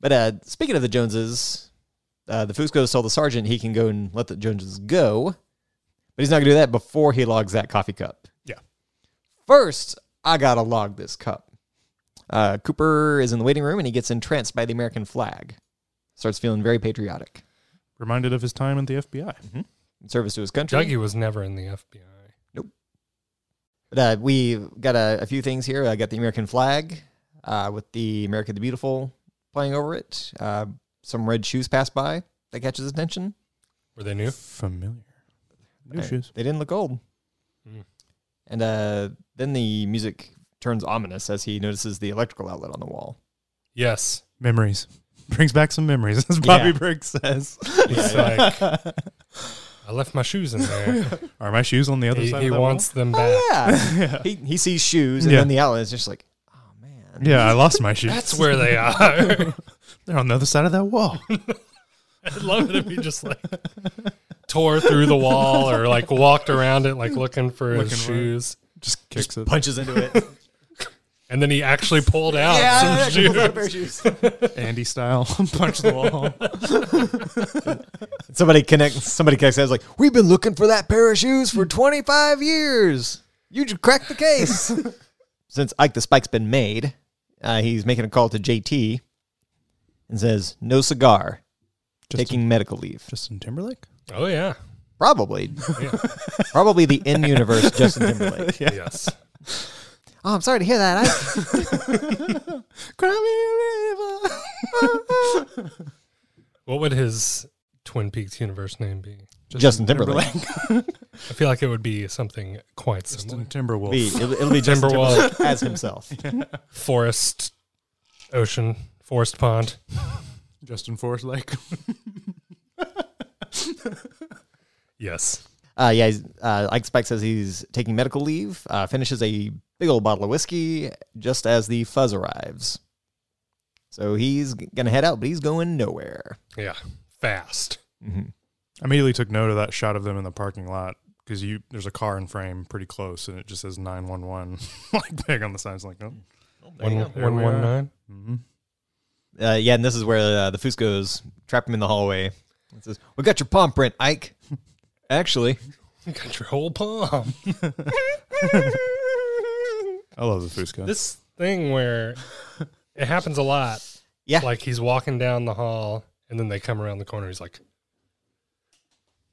[SPEAKER 3] But uh, speaking of the Joneses, uh, the Fusco's tell the sergeant he can go and let the Joneses go, but he's not going to do that before he logs that coffee cup.
[SPEAKER 1] Yeah.
[SPEAKER 3] First, I got to log this cup. Uh, Cooper is in the waiting room and he gets entranced by the American flag. Starts feeling very patriotic.
[SPEAKER 1] Reminded of his time at the FBI.
[SPEAKER 3] In service to his country.
[SPEAKER 2] Dougie was never in the FBI.
[SPEAKER 3] But, uh, we got a, a few things here. I got the American flag uh, with the America the Beautiful playing over it. Uh, some red shoes pass by that catches attention.
[SPEAKER 2] Were they new?
[SPEAKER 1] Familiar. New
[SPEAKER 3] Uh,
[SPEAKER 1] shoes.
[SPEAKER 3] They didn't look old.
[SPEAKER 2] Mm.
[SPEAKER 3] And uh, then the music turns ominous as he notices the electrical outlet on the wall.
[SPEAKER 2] Yes.
[SPEAKER 1] Memories. Brings back some memories, as Bobby
[SPEAKER 3] Yeah.
[SPEAKER 1] Briggs says.
[SPEAKER 2] He's like, I left my shoes in there.
[SPEAKER 1] Are my shoes on the other
[SPEAKER 2] he
[SPEAKER 1] side
[SPEAKER 2] he
[SPEAKER 1] of that
[SPEAKER 2] wants them back.
[SPEAKER 3] Oh, Yeah. He, he sees shoes, and
[SPEAKER 1] Yeah.
[SPEAKER 3] then the outlet is just like, oh, man.
[SPEAKER 1] wall? Yeah, I lost my shoes.
[SPEAKER 2] That's where they are.
[SPEAKER 1] They're on the other side of that wall.
[SPEAKER 2] I'd love it if he just like tore through the wall or like walked around it, like looking for
[SPEAKER 1] Looking
[SPEAKER 2] his
[SPEAKER 1] for it.
[SPEAKER 2] shoes.
[SPEAKER 1] Just kicks it.
[SPEAKER 3] Punches into it.
[SPEAKER 2] And then he actually pulled
[SPEAKER 1] Oh,
[SPEAKER 2] out
[SPEAKER 3] yeah.
[SPEAKER 2] some shoes.
[SPEAKER 3] pulls out a pair of shoes.
[SPEAKER 1] Andy style. Punch the wall.
[SPEAKER 3] somebody connects, somebody connects, I was like, we've been looking for that pair of shoes for 25 years. You just cracked the case. Since Ike the Spike's been made, uh, he's making a call to JT and says, no cigar,
[SPEAKER 1] Justin,
[SPEAKER 3] taking medical leave.
[SPEAKER 1] Justin Timberlake?
[SPEAKER 2] Oh yeah.
[SPEAKER 3] Probably.
[SPEAKER 2] Yeah.
[SPEAKER 3] Probably the in universe Justin Timberlake.
[SPEAKER 2] Yes.
[SPEAKER 3] Oh, I'm sorry to hear that. I,
[SPEAKER 2] What would his Twin Peaks universe name be?
[SPEAKER 3] Justin Timberlake.
[SPEAKER 2] I feel like it would be something quite similar.
[SPEAKER 1] Justin Timberwolf.
[SPEAKER 3] Be- it'll, it'll be Justin
[SPEAKER 2] Timberwolf.
[SPEAKER 3] Timberlake as himself.
[SPEAKER 2] Forest, ocean, forest pond.
[SPEAKER 1] Justin Forest Lake.
[SPEAKER 2] Yes.
[SPEAKER 3] Uh, yeah, he's- uh, Ike Spike says he's taking medical leave, uh, finishes a big old bottle of whiskey just as the fuzz arrives. So he's going to head out, but he's going nowhere.
[SPEAKER 2] Yeah. Fast.
[SPEAKER 1] I immediately took note of that shot of them in the parking lot because you there's a car in frame pretty close and it just says 911 like big on the signs like oh
[SPEAKER 2] One
[SPEAKER 1] There
[SPEAKER 2] one
[SPEAKER 1] we
[SPEAKER 2] one
[SPEAKER 1] are.
[SPEAKER 2] nine.
[SPEAKER 3] Uh, yeah, and this is where uh, the Fusco's trap him in the hallway. It says, We got your palm print, Ike. Actually,
[SPEAKER 2] Control palm.
[SPEAKER 1] I love the Fusca.
[SPEAKER 2] this thing where it happens a lot.
[SPEAKER 3] Yeah.
[SPEAKER 2] Like he's walking down the hall and then they come around the corner. He's like,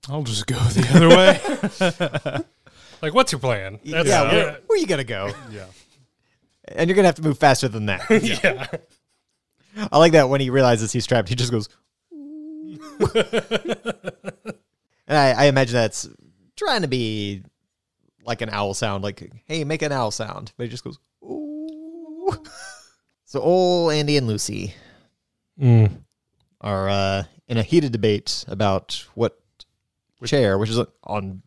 [SPEAKER 1] I'll just go the other way.
[SPEAKER 2] like, what's your plan? That's
[SPEAKER 3] yeah,
[SPEAKER 2] yeah.
[SPEAKER 3] Where, where you gonna go?
[SPEAKER 1] yeah.
[SPEAKER 3] And you're gonna have to move faster than that.
[SPEAKER 2] yeah.
[SPEAKER 3] I like that when he realizes he's trapped, he just goes. and I, I imagine that's trying to be like an owl sound, like "Hey, make an owl sound," but he just goes. Ooh. so old Andy and Lucy
[SPEAKER 2] Mm.
[SPEAKER 3] are uh, in a heated debate about what chair, which is on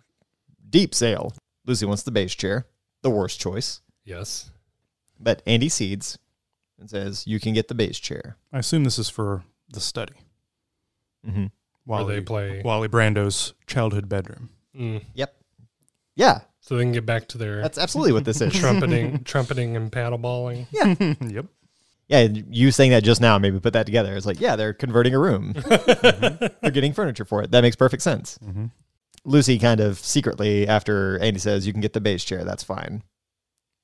[SPEAKER 3] deep sale. Lucy wants the base chair, the worst choice,
[SPEAKER 2] Yes.
[SPEAKER 3] but Andy cedes and says, "You can get the base chair."
[SPEAKER 1] I assume this is for the study.
[SPEAKER 2] Mm-hmm.
[SPEAKER 3] Mhm.
[SPEAKER 1] While
[SPEAKER 2] Where they play-
[SPEAKER 1] Wally Brando's childhood bedroom.
[SPEAKER 2] Mm.
[SPEAKER 3] Yep. Yeah,
[SPEAKER 2] So they can get back to their
[SPEAKER 3] that's absolutely what this is.
[SPEAKER 2] trumpeting, trumpeting and paddle balling.
[SPEAKER 1] yep.
[SPEAKER 3] Yeah, you saying that just now maybe put that together. It's like, yeah, they're converting a room. They're getting furniture for it. That makes perfect sense.
[SPEAKER 1] Mm-hmm.
[SPEAKER 3] Lucy kind of secretly, after Andy says, you can get the beige chair, that's fine.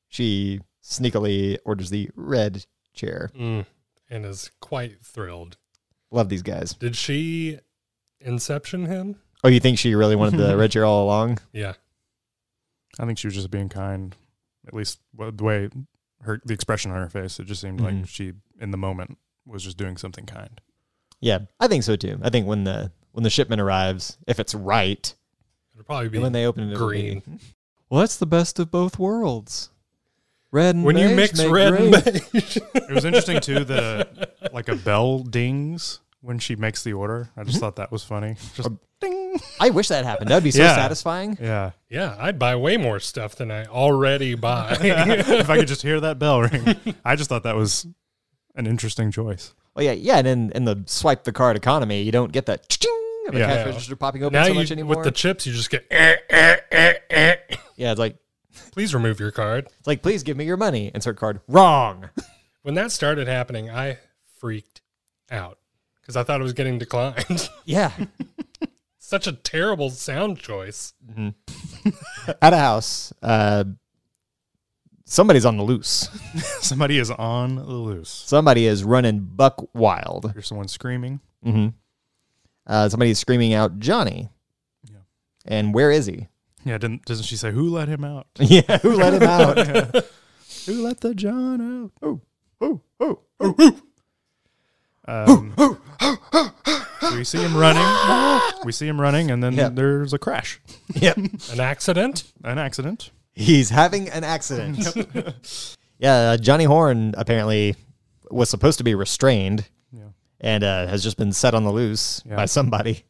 [SPEAKER 3] She sneakily orders the red chair.
[SPEAKER 2] Mm. And is quite thrilled.
[SPEAKER 3] Love these guys.
[SPEAKER 2] Did she inception him?
[SPEAKER 3] Oh, you think she really wanted the red chair all along?
[SPEAKER 2] Yeah.
[SPEAKER 1] I think she was just being kind. At least well, the way her the expression on her face, it just seemed like she in the moment was just doing something kind.
[SPEAKER 3] Yeah, I think so too. I think when the when the shipment arrives, if it's right,
[SPEAKER 2] It'll probably be
[SPEAKER 3] and when they open it, it'll be,
[SPEAKER 2] green.
[SPEAKER 3] well, that's the best of both worlds. Red and
[SPEAKER 2] When you
[SPEAKER 3] beige
[SPEAKER 2] mix
[SPEAKER 3] make
[SPEAKER 2] red
[SPEAKER 3] great.
[SPEAKER 2] and beige.
[SPEAKER 1] It was interesting too that a, like a bell dings when she makes the order. I just thought that was funny. Just ding.
[SPEAKER 3] I wish that happened. That would be so
[SPEAKER 1] Yeah.
[SPEAKER 3] satisfying.
[SPEAKER 1] Yeah.
[SPEAKER 2] yeah, I'd buy way more stuff than I already buy.
[SPEAKER 1] if I could just hear that bell ring. I just thought that was an interesting choice.
[SPEAKER 3] Well, yeah, yeah, and in, in the swipe the card economy, you don't get that ching of a
[SPEAKER 1] Yeah.
[SPEAKER 3] cash register popping open
[SPEAKER 2] now
[SPEAKER 3] so
[SPEAKER 2] you,
[SPEAKER 3] much anymore.
[SPEAKER 2] with the chips, you just get. Eh, eh, eh, eh.
[SPEAKER 3] yeah, it's like
[SPEAKER 2] Please remove your card.
[SPEAKER 3] it's like please give me your money. Insert card. Wrong.
[SPEAKER 2] When that started happening, I freaked out because I thought it was getting declined.
[SPEAKER 3] yeah,
[SPEAKER 2] Such a terrible sound choice.
[SPEAKER 3] at a house, uh, somebody's on the loose.
[SPEAKER 1] Somebody is on the loose.
[SPEAKER 3] Somebody is running buck wild.
[SPEAKER 1] Hear someone screaming.
[SPEAKER 3] Mm-hmm. Uh, somebody's screaming out Johnny.
[SPEAKER 1] Yeah.
[SPEAKER 3] And where is he?
[SPEAKER 1] Yeah, didn't, doesn't she say who let him out?
[SPEAKER 3] Yeah, who let him out?
[SPEAKER 1] Who let the John out? Oh,
[SPEAKER 3] oh, oh, oh.
[SPEAKER 1] Um, so we see him running. We see him running, and then
[SPEAKER 3] oh. Yeah.
[SPEAKER 1] there's a crash,
[SPEAKER 3] Yep.
[SPEAKER 2] An accident?
[SPEAKER 1] an accident.
[SPEAKER 3] He's having an accident. yeah, uh, Johnny Horn apparently was supposed to be restrained
[SPEAKER 1] Yeah.
[SPEAKER 3] and uh, has just been set on the loose
[SPEAKER 1] Yeah.
[SPEAKER 3] by somebody.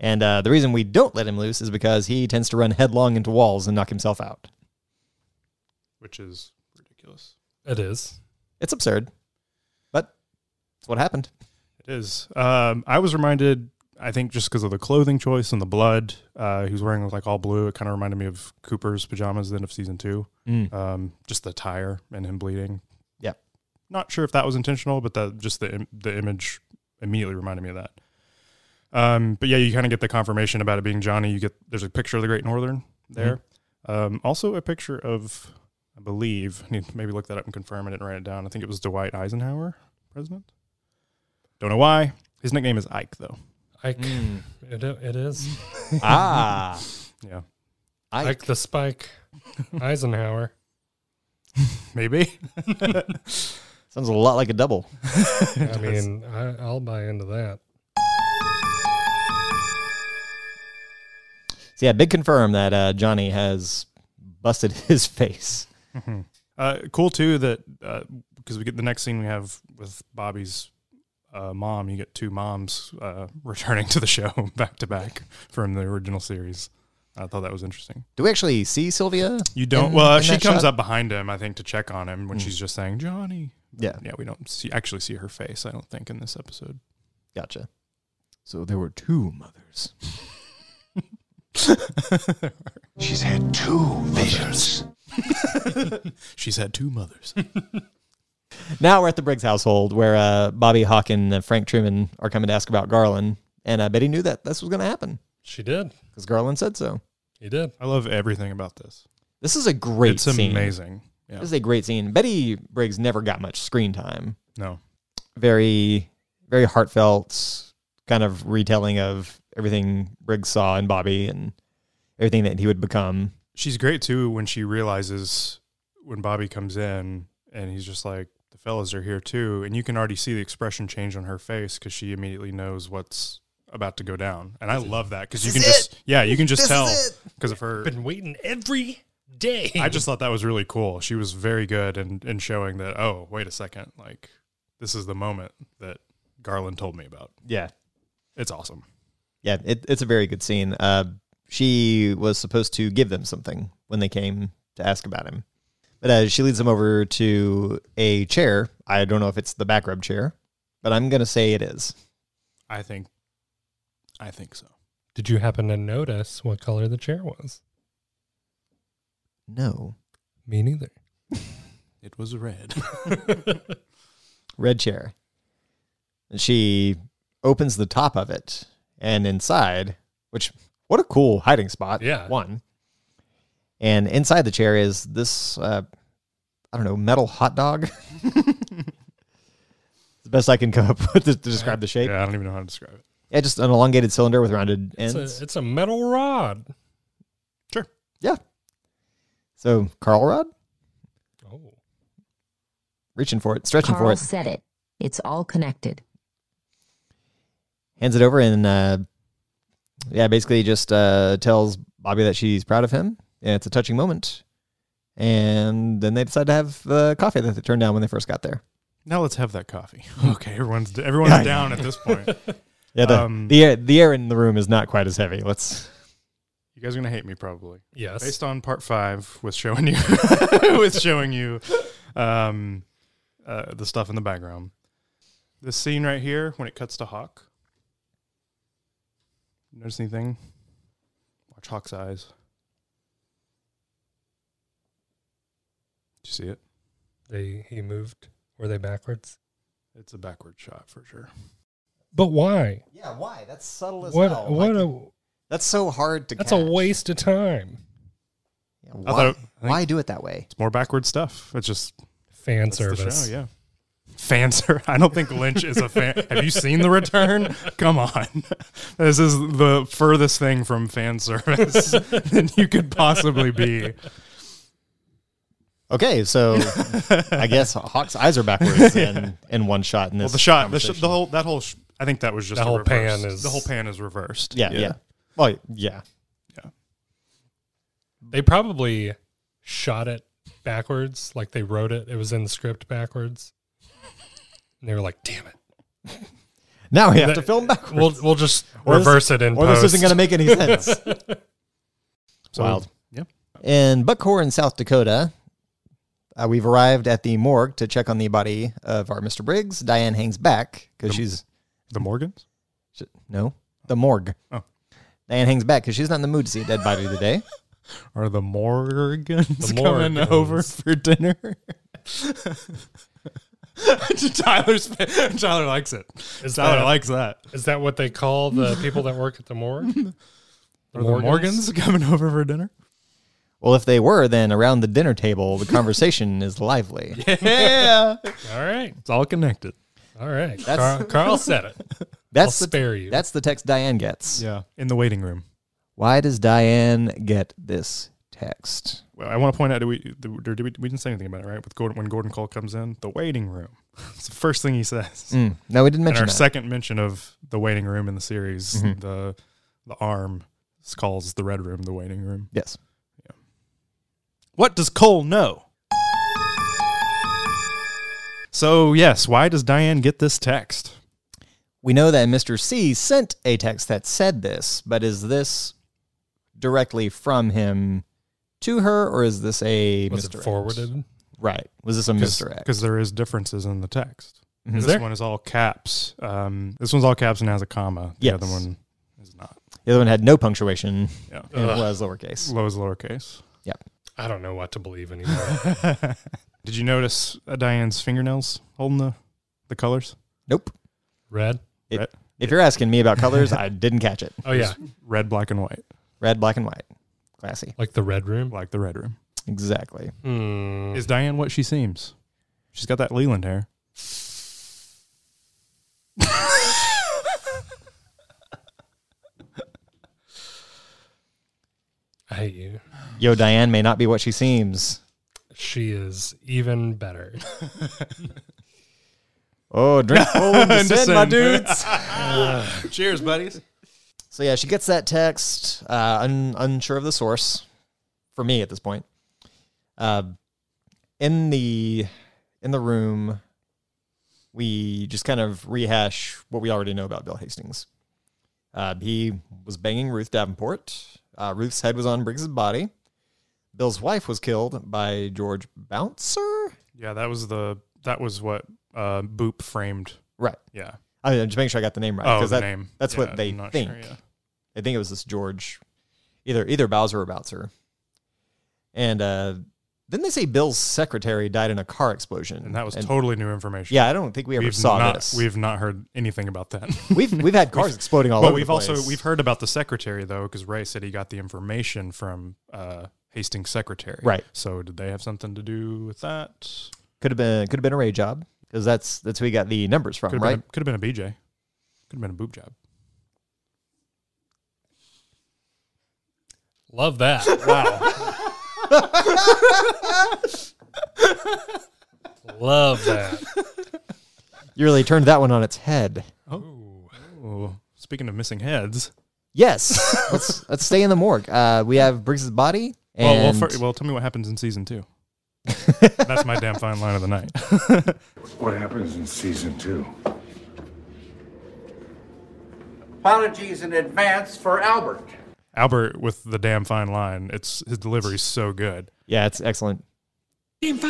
[SPEAKER 3] And uh, the reason we don't let him loose is because he tends to run headlong into walls and knock himself out.
[SPEAKER 1] Which is ridiculous.
[SPEAKER 2] It is.
[SPEAKER 3] It's absurd, but that's what happened.
[SPEAKER 1] It is. Um, I was reminded, I think, just because of the clothing choice and the blood. Uh, he was wearing like all blue. It kind of reminded me of Cooper's pajamas at the end of season two.
[SPEAKER 3] Mm.
[SPEAKER 1] Um, just the tire and him bleeding.
[SPEAKER 3] Yep.
[SPEAKER 1] Not sure if that was intentional, but that just the im- the image immediately reminded me of that. Um, but yeah, you kind of get the confirmation about it being Johnny. You get there's a picture of the Great Northern there. Um, also a picture of, I believe, I need to maybe look that up and confirm. I didn't write it down. I think it was Dwight Eisenhower, president. Don't know why. His nickname is Ike, though.
[SPEAKER 2] I c-
[SPEAKER 3] Hmm.
[SPEAKER 2] it, it is.
[SPEAKER 3] ah,
[SPEAKER 1] Mm. Yeah,
[SPEAKER 3] Ike.
[SPEAKER 2] Like the spike. Eisenhower.
[SPEAKER 1] maybe.
[SPEAKER 3] sounds a lot like a double.
[SPEAKER 2] I mean, I, I'll buy into that.
[SPEAKER 3] So yeah, big confirm that uh, Johnny has busted his face.
[SPEAKER 1] Uh, cool too that because we get the next scene we have with Bobby's uh, mom. You get two moms uh, returning to the show back to back from the original series. I thought that was interesting.
[SPEAKER 3] Do we actually see Sylvia?
[SPEAKER 1] You don't.
[SPEAKER 3] in-
[SPEAKER 1] well,
[SPEAKER 3] in
[SPEAKER 1] she
[SPEAKER 3] that
[SPEAKER 1] comes
[SPEAKER 3] shot? Hmm.
[SPEAKER 1] up behind him, I think, to check on him when she's just saying Johnny.
[SPEAKER 3] Yeah.
[SPEAKER 1] Yeah, we don't see actually see her face. I don't think in this episode.
[SPEAKER 3] Gotcha. So there were two mothers.
[SPEAKER 5] She's had two visions.
[SPEAKER 1] She's had two mothers.
[SPEAKER 3] Now we're at the Briggs household where uh, Bobby Hawk and uh, Frank Truman are coming to ask about Garland. And uh, Betty knew that this was going to happen
[SPEAKER 2] She did.
[SPEAKER 3] because Garland said so.
[SPEAKER 2] He did.
[SPEAKER 1] I love everything about this.
[SPEAKER 3] This is a great
[SPEAKER 1] it's
[SPEAKER 3] scene.
[SPEAKER 1] amazing. Yeah.
[SPEAKER 3] This is a great scene. Betty Briggs never got much screen time.
[SPEAKER 1] No.
[SPEAKER 3] Very, very heartfelt kind of retelling of everything Briggs saw in Bobby and everything that he would become.
[SPEAKER 1] She's great too when she realizes when Bobby comes in and he's just like, the fellas are here too. And you can already see the expression change on her face because she immediately knows what's about to go down. And I love that because you can just, yeah, you can just tell because of her.
[SPEAKER 2] Been waiting every day.
[SPEAKER 1] I just thought that was really cool. She was very good in, in showing that, oh, wait a second. Like, this is the moment that Garland told me about.
[SPEAKER 3] Yeah.
[SPEAKER 1] It's awesome.
[SPEAKER 3] Yeah, it, it's a very good scene. Uh, she was supposed to give them something when they came to ask about him. But uh, she leads them over to a chair. I don't know if it's the back rub chair, but I'm going to say it is.
[SPEAKER 1] I think, I think so.
[SPEAKER 2] Did you happen to notice what color the chair was?
[SPEAKER 3] No.
[SPEAKER 2] Me neither.
[SPEAKER 1] It was red.
[SPEAKER 3] red chair. And she opens the top of it, and inside, which what a cool hiding spot.
[SPEAKER 2] Yeah.
[SPEAKER 3] one. And inside the chair is this, uh, I don't know, metal hot dog. the best I can come up with to, to describe the shape. Yeah.
[SPEAKER 1] yeah, I don't even know how to describe it.
[SPEAKER 3] just an elongated cylinder with rounded
[SPEAKER 2] It's
[SPEAKER 3] ends.
[SPEAKER 2] a, it's a metal rod.
[SPEAKER 1] Sure.
[SPEAKER 3] yeah. So Carl Rod
[SPEAKER 2] Oh.
[SPEAKER 3] reaching for it, stretching for
[SPEAKER 6] Carl
[SPEAKER 3] it,
[SPEAKER 6] said it. It's all connected.
[SPEAKER 3] hands it over, and uh, yeah, basically just uh, tells Bobby that she's proud of him. Yeah, it's a touching moment. And then they decide to have the coffee that they turned down when they first got there.
[SPEAKER 1] Now let's have that coffee. Okay, everyone's everyone's
[SPEAKER 3] Yeah, I know.
[SPEAKER 1] down at this point.
[SPEAKER 3] Yeah, the,
[SPEAKER 1] Um,
[SPEAKER 3] the air the air in the room is not quite as heavy. Let's
[SPEAKER 1] You guys are gonna hate me probably.
[SPEAKER 2] Yes.
[SPEAKER 1] Based on part five with showing you with showing you um, uh, the stuff in the background. This scene right here when it cuts to Hawk. Notice anything? Watch Hawk's eyes. Did you see it?
[SPEAKER 2] they he moved. Were they backwards?
[SPEAKER 1] It's a backward shot for sure.
[SPEAKER 2] But why?
[SPEAKER 3] Yeah, why? That's subtle
[SPEAKER 2] What what a
[SPEAKER 3] that's so hard to
[SPEAKER 2] that's a waste of time.
[SPEAKER 1] I thought it- I think-
[SPEAKER 3] why do it that way?
[SPEAKER 1] It's more backward stuff. It's just
[SPEAKER 2] Fan
[SPEAKER 1] That's the
[SPEAKER 2] service.
[SPEAKER 1] show, yeah. Fan ser- I don't think Lynch is a fan. Have you seen The Return? Come on. This is the furthest thing from fan service than you could possibly be.
[SPEAKER 3] Okay, so I guess Hawk's eyes are backwards in, in one shot in this.
[SPEAKER 1] Well, the shot, the, sh-
[SPEAKER 3] conversation.
[SPEAKER 1] the whole, that whole, sh- I think that was just
[SPEAKER 2] The
[SPEAKER 1] a
[SPEAKER 2] whole pan
[SPEAKER 1] reverse.
[SPEAKER 2] is-
[SPEAKER 1] the whole pan is reversed.
[SPEAKER 3] yeah, yeah, Well, yeah.
[SPEAKER 2] They probably shot it backwards, like they wrote it. It was in the script backwards. And they were like, damn it.
[SPEAKER 3] Now we have
[SPEAKER 2] That-
[SPEAKER 3] to film backwards.
[SPEAKER 2] We'll we'll just
[SPEAKER 3] Or this-
[SPEAKER 2] reverse it in
[SPEAKER 3] or
[SPEAKER 2] post.
[SPEAKER 3] this isn't going to make any sense. Wild.
[SPEAKER 1] Yep.
[SPEAKER 3] In Buckhorn, South Dakota, uh, we've arrived at the morgue to check on the body of our Mr. Briggs. Diane hangs back because she's
[SPEAKER 1] The Morgans?
[SPEAKER 3] Sh- No, the morgue.
[SPEAKER 1] Oh.
[SPEAKER 3] Diane hangs back because she's not in the mood to see a dead body today.
[SPEAKER 1] Are the Morgans
[SPEAKER 2] The
[SPEAKER 1] coming
[SPEAKER 2] Morgans.
[SPEAKER 1] over for dinner? Tyler's, Tyler likes it.
[SPEAKER 2] Is
[SPEAKER 1] Tyler
[SPEAKER 2] that-
[SPEAKER 1] likes that.
[SPEAKER 2] Is that what they call the people that work at the morgue? The
[SPEAKER 1] Are the Morgans coming over for dinner?
[SPEAKER 3] Well, if they were, then around the dinner table, the conversation is lively.
[SPEAKER 1] Yeah.
[SPEAKER 2] All right.
[SPEAKER 1] It's all connected.
[SPEAKER 2] All right.
[SPEAKER 3] That's-
[SPEAKER 2] Carl, Carl said it.
[SPEAKER 3] That's
[SPEAKER 2] I'll
[SPEAKER 3] the,
[SPEAKER 2] spare you.
[SPEAKER 3] That's the text Diane gets.
[SPEAKER 1] Yeah. In the waiting room.
[SPEAKER 3] Why does Diane get this text?
[SPEAKER 1] Well, I want to point out, do we, do, do we, we didn't say anything about it, right? With Gordon, when Gordon Cole comes in, the waiting room. It's the first thing he says.
[SPEAKER 3] Mm, No, we didn't
[SPEAKER 1] and
[SPEAKER 3] mention
[SPEAKER 1] our
[SPEAKER 3] that. Mm-hmm.
[SPEAKER 1] second mention of the waiting room in the series, the the arm calls the red room the waiting room.
[SPEAKER 3] yes.
[SPEAKER 1] What does Cole know? So yes, why does Diane get this text?
[SPEAKER 3] We know that Mr. C sent a text that said this, but is this directly from him to her, or is this a
[SPEAKER 2] Was it
[SPEAKER 3] misdirect?
[SPEAKER 2] forwarded?
[SPEAKER 3] Right. Was this a Mm-hmm. misdirect?
[SPEAKER 1] because there is differences in the text. This
[SPEAKER 2] there?
[SPEAKER 1] one is all caps. Um, this one's all caps and has a comma. The
[SPEAKER 3] Yes.
[SPEAKER 1] other one is not.
[SPEAKER 3] The other one had no punctuation
[SPEAKER 1] Yeah.
[SPEAKER 3] and it was lowercase.
[SPEAKER 1] Low is lowercase.
[SPEAKER 2] I don't know what to believe anymore.
[SPEAKER 1] Did you notice uh, Diane's fingernails holding the the colors?
[SPEAKER 3] Nope.
[SPEAKER 2] Red.
[SPEAKER 3] It-
[SPEAKER 1] Red,
[SPEAKER 3] If you're asking me about colors, I didn't catch it.
[SPEAKER 2] Oh yeah.
[SPEAKER 1] red, black, and white.
[SPEAKER 3] Red, black, and white. Classy.
[SPEAKER 2] like the Red Room.
[SPEAKER 1] like the Red Room.
[SPEAKER 3] Exactly.
[SPEAKER 2] Hmm.
[SPEAKER 1] Is Diane what she seems? She's got that Leland hair.
[SPEAKER 2] I hate you.
[SPEAKER 3] Yo, Diane may not be what she seems.
[SPEAKER 2] She is even better.
[SPEAKER 3] Oh, drink full and descend, my dudes.
[SPEAKER 1] Cheers, buddies.
[SPEAKER 3] So yeah, she gets that text, uh, un- unsure of the source, for me at this point. Uh, in the in the room, we just kind of rehash what we already know about Bill Hastings. Uh, he was banging Ruth Davenport. Uh, Ruth's head was on Briggs's body. Bill's wife was killed by George Bouncer.
[SPEAKER 1] Yeah, that was the that was what uh, Boop framed.
[SPEAKER 3] Right.
[SPEAKER 1] Yeah.
[SPEAKER 3] I mean, just making sure I got the name right.
[SPEAKER 1] Oh,
[SPEAKER 3] 'cause
[SPEAKER 1] the
[SPEAKER 3] that-
[SPEAKER 1] name.
[SPEAKER 3] That's
[SPEAKER 1] Yeah,
[SPEAKER 3] what they
[SPEAKER 1] I'm not
[SPEAKER 3] think.
[SPEAKER 1] sure, yeah.
[SPEAKER 3] I think it was this George, either either Bowser or Bouncer. And uh, then they say Bill's secretary died in a car explosion,
[SPEAKER 1] And that was totally new information.
[SPEAKER 3] Yeah, I don't think we ever
[SPEAKER 1] We've
[SPEAKER 3] saw
[SPEAKER 1] not
[SPEAKER 3] this. We've
[SPEAKER 1] we've not heard anything about that.
[SPEAKER 3] we've, had cars exploding all
[SPEAKER 1] but
[SPEAKER 3] over.
[SPEAKER 1] we've
[SPEAKER 3] the
[SPEAKER 1] also
[SPEAKER 3] place.
[SPEAKER 1] we've heard about the secretary though, because Ray said he got the information from uh, Hastings' secretary.
[SPEAKER 3] Right.
[SPEAKER 1] So did they have something to do with that?
[SPEAKER 3] could have been could have been a Ray job because that's that's who he got the numbers from,
[SPEAKER 1] Could have
[SPEAKER 3] right?
[SPEAKER 1] been a, could have been a BJ. Could have been a boob job.
[SPEAKER 2] Love that. Wow. Love that.
[SPEAKER 3] you really turned that one on its head.
[SPEAKER 1] Oh, speaking of missing heads.
[SPEAKER 3] Yes, let's let's stay in the morgue. Uh, we have Briggs's body.
[SPEAKER 1] Well, well,
[SPEAKER 3] And
[SPEAKER 1] fir- well, tell me what happens in season two. That's my damn fine line of the night.
[SPEAKER 5] What happens in season two?
[SPEAKER 4] Apologies in advance for Albert.
[SPEAKER 1] Albert with the damn fine line. It's his delivery's so good.
[SPEAKER 3] yeah, it's excellent.
[SPEAKER 1] I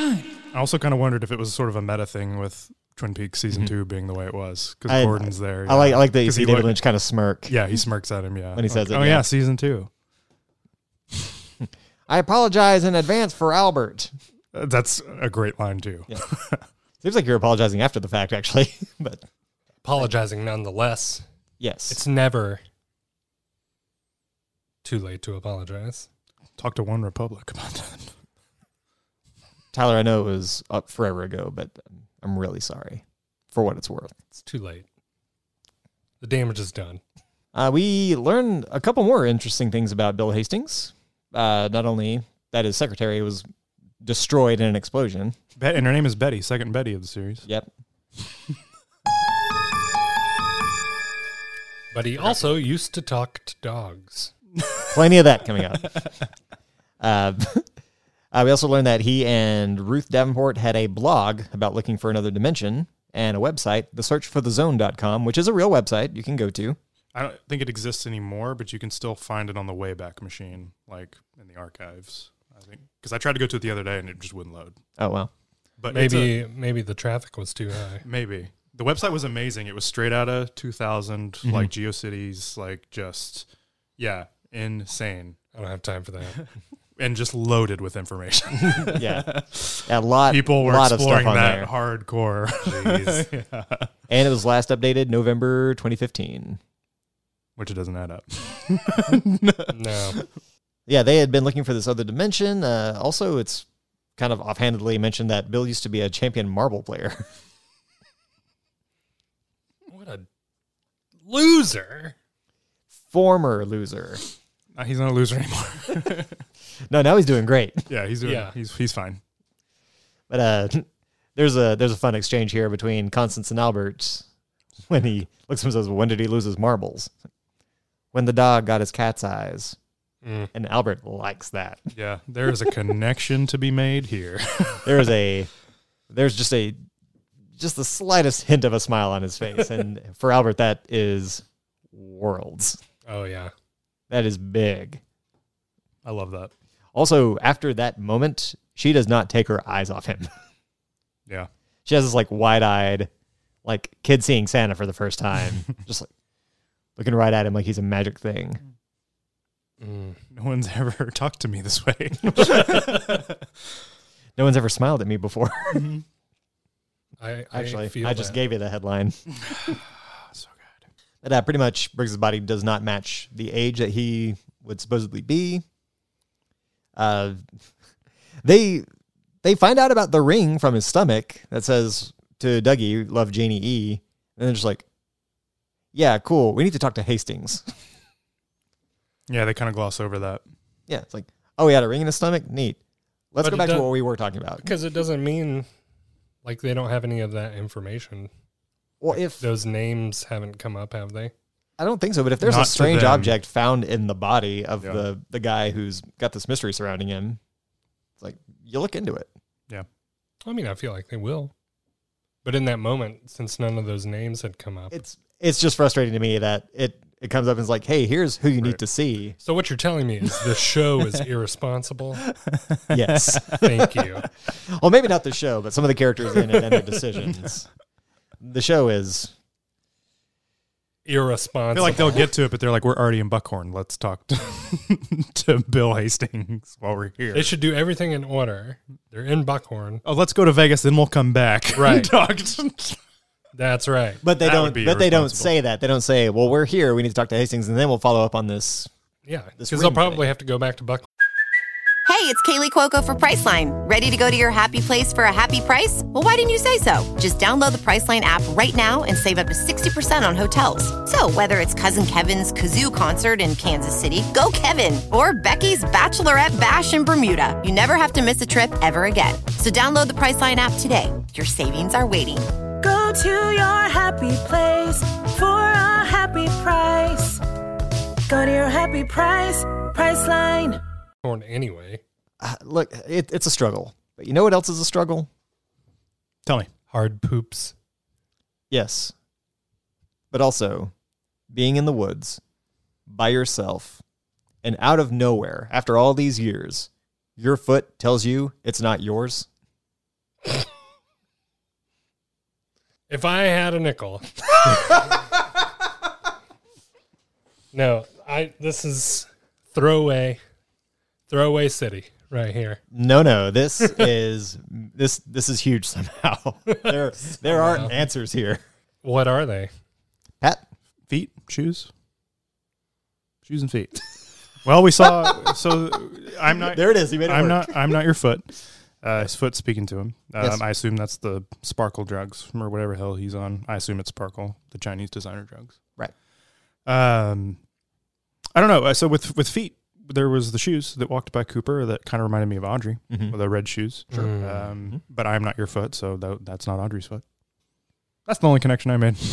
[SPEAKER 1] also kind of wondered if it was sort of a meta thing with Twin Peaks season two being the way it was because
[SPEAKER 3] Mm-hmm. I-
[SPEAKER 1] Gordon's there.
[SPEAKER 3] I like I like that you
[SPEAKER 1] 'Cause
[SPEAKER 3] see
[SPEAKER 1] he
[SPEAKER 3] David
[SPEAKER 1] would-
[SPEAKER 3] Lynch kind of smirk.
[SPEAKER 1] Yeah, he smirks at him. Yeah,
[SPEAKER 3] When he says
[SPEAKER 1] Like,
[SPEAKER 3] it,
[SPEAKER 1] Oh
[SPEAKER 3] yeah.
[SPEAKER 1] yeah, season two.
[SPEAKER 3] I apologize in advance for Albert.
[SPEAKER 1] Uh, That's a great line too.
[SPEAKER 3] Seems like you're apologizing after the fact, actually. but
[SPEAKER 2] Apologizing nonetheless.
[SPEAKER 3] yes,
[SPEAKER 2] It's never too late to apologize.
[SPEAKER 1] Talk to One Republic about that.
[SPEAKER 3] Tyler. I know it was up forever ago, but I'm really sorry for what it's worth.
[SPEAKER 2] It's too late. The damage is done.
[SPEAKER 3] Uh, we learned a couple more interesting things about Bill Hastings. Uh, not only that his secretary was destroyed in an explosion.
[SPEAKER 1] Bet, and her name is Betty, second Betty of the series.
[SPEAKER 3] Yep.
[SPEAKER 2] But he also used to talk to dogs.
[SPEAKER 3] Plenty of that coming up. uh, uh, we also learned that he and Ruth Davenport had a blog about looking for another dimension and a website, thesearchforthezone.com, which is a real website you can go to.
[SPEAKER 1] I don't think it exists anymore, but you can still find it on the Wayback Machine, like in the archives. I think because I tried to go to it the other day and it just wouldn't load.
[SPEAKER 3] Oh, well.
[SPEAKER 1] But it's a-
[SPEAKER 2] Maybe maybe the traffic was too high.
[SPEAKER 1] Maybe. The website was amazing. It was straight out of 2000, like GeoCities, like just, yeah, insane
[SPEAKER 2] I don't have time for that.
[SPEAKER 1] and just loaded with information.
[SPEAKER 3] yeah, a lot.
[SPEAKER 1] People were
[SPEAKER 3] lot
[SPEAKER 1] exploring
[SPEAKER 3] of stuff on
[SPEAKER 1] that
[SPEAKER 3] there,
[SPEAKER 1] hardcore.
[SPEAKER 3] and it was last updated November 2015.
[SPEAKER 1] Which it doesn't add up.
[SPEAKER 2] No.
[SPEAKER 3] Yeah, they had been looking for this other dimension. Uh, also, it's kind of offhandedly mentioned that Bill used to be a champion marble player.
[SPEAKER 2] What a loser.
[SPEAKER 3] Former loser.
[SPEAKER 1] Uh, he's not a loser anymore.
[SPEAKER 3] No, now he's doing great.
[SPEAKER 1] yeah, he's doing,
[SPEAKER 2] Yeah.
[SPEAKER 1] he's he's fine.
[SPEAKER 3] But uh, there's a there's a fun exchange here between Constance and Albert when he looks at him and says, "When did he lose his marbles?" When the dog got his cat's eyes.
[SPEAKER 2] Mm.
[SPEAKER 3] And Albert likes that.
[SPEAKER 1] Yeah, there is a connection to be made here.
[SPEAKER 3] there is a there's just a just the slightest hint of a smile on his face and for albert that is worlds
[SPEAKER 2] Oh yeah.
[SPEAKER 3] that is big
[SPEAKER 1] I love that.
[SPEAKER 3] also after that moment she does not take her eyes off him
[SPEAKER 1] Yeah.
[SPEAKER 3] she has this like wide-eyed like kid seeing santa for the first time just like looking right at him like he's a magic thing
[SPEAKER 2] Mm.
[SPEAKER 1] No one's ever talked to me this way.
[SPEAKER 3] no one's ever smiled at me before
[SPEAKER 2] I, I
[SPEAKER 3] actually
[SPEAKER 2] feel
[SPEAKER 3] i, just
[SPEAKER 2] that.
[SPEAKER 3] gave you the headline
[SPEAKER 1] so good.
[SPEAKER 3] But, uh, pretty much Briggs' body does not match the age that he would supposedly be. Uh, they they find out about the ring from his stomach that says to Dougie, "Love Janie E." And they're just like, "Yeah, cool. We need to talk to Hastings."
[SPEAKER 1] Yeah, they kind of gloss over that.
[SPEAKER 3] yeah, it's like, "Oh, he had a ring in his stomach. Neat. Let's
[SPEAKER 2] But
[SPEAKER 3] go
[SPEAKER 2] it
[SPEAKER 3] back to
[SPEAKER 2] does-
[SPEAKER 3] what we were talking about."
[SPEAKER 2] because it doesn't mean like they don't have any of that information.
[SPEAKER 3] Well, if
[SPEAKER 2] Those names haven't come up, have they?
[SPEAKER 3] I don't think so, but if there's
[SPEAKER 1] Not
[SPEAKER 3] a
[SPEAKER 1] to
[SPEAKER 3] strange
[SPEAKER 1] them.
[SPEAKER 3] object found in the body of
[SPEAKER 1] Yeah.
[SPEAKER 3] the the guy who's got this mystery surrounding him, it's like you look into it.
[SPEAKER 2] I mean, I feel like they will. But in that moment, since none of those names had come up,
[SPEAKER 3] It's it's just frustrating to me that it it comes up and is like, hey, here's who you need
[SPEAKER 1] Right.
[SPEAKER 3] to see.
[SPEAKER 2] so what you're telling me is the show is irresponsible.
[SPEAKER 3] Yes.
[SPEAKER 2] Thank you.
[SPEAKER 3] well, maybe not the show, but some of the characters in it and their decisions. The show is
[SPEAKER 1] I
[SPEAKER 2] Irresponsible.
[SPEAKER 1] feel like they'll get to it, but they're like, we're already in Buckhorn. Let's talk to, to Bill Hastings while we're here.
[SPEAKER 2] they should do everything in order. They're in Buckhorn.
[SPEAKER 1] oh, let's go to Vegas, then we'll come back.
[SPEAKER 2] Right.
[SPEAKER 1] and talk to-
[SPEAKER 2] That's right.
[SPEAKER 3] but they
[SPEAKER 1] That
[SPEAKER 3] don't
[SPEAKER 1] would be
[SPEAKER 3] but they don't
[SPEAKER 1] irresponsible.
[SPEAKER 3] say that. They don't say, Well, we're here, we need to talk to Hastings, and then we'll follow up on this.
[SPEAKER 2] Yeah,
[SPEAKER 3] This
[SPEAKER 2] because they'll
[SPEAKER 3] ring
[SPEAKER 2] probably
[SPEAKER 3] thing.
[SPEAKER 2] have to go back to Buckhorn.
[SPEAKER 7] Hey, it's Kaylee Cuoco for Priceline. Ready to go to your happy place for a happy price? Well, why didn't you say so? Just download the Priceline app right now and save up to 60% on hotels. So, whether it's Cousin Kevin's Kazoo concert in Kansas City, go Kevin, or Becky's Bachelorette Bash in Bermuda, you never have to miss a trip ever again. So, download the Priceline app today. Your savings are waiting.
[SPEAKER 8] Go to your happy place for a happy price. Go to your happy price, Priceline.
[SPEAKER 2] anyway.
[SPEAKER 3] Uh, look, it, it's a struggle. But you know what else is a struggle?
[SPEAKER 1] Tell me.
[SPEAKER 2] Hard poops.
[SPEAKER 3] Yes. But also, being in the woods by yourself and out of nowhere after all these years, your foot tells you it's not yours.
[SPEAKER 2] If I had a nickel. no, I. This is throwaway, throwaway city right here.
[SPEAKER 3] No, no, this is this this is huge somehow. there there aren't answers here.
[SPEAKER 2] What are they?
[SPEAKER 3] Pat,
[SPEAKER 1] Feet, shoes, shoes and feet. Well, we saw. So I'm not.
[SPEAKER 3] there it is. You made it
[SPEAKER 1] I'm
[SPEAKER 3] work.
[SPEAKER 1] not. I'm not your foot. Uh, his foot speaking to him. Um,
[SPEAKER 3] Yes.
[SPEAKER 1] I assume that's the sparkle drugs or whatever the hell he's on. I assume it's sparkle, the Chinese designer drugs.
[SPEAKER 3] Right.
[SPEAKER 1] Um, I don't know. Uh, So with with feet, there was the shoes that walked by Cooper that kind of reminded me of Audrey
[SPEAKER 3] Mm-hmm.
[SPEAKER 1] with the red shoes. Sure. Um, but I'm not your foot, so tho- that's not Audrey's foot. That's the only connection I made.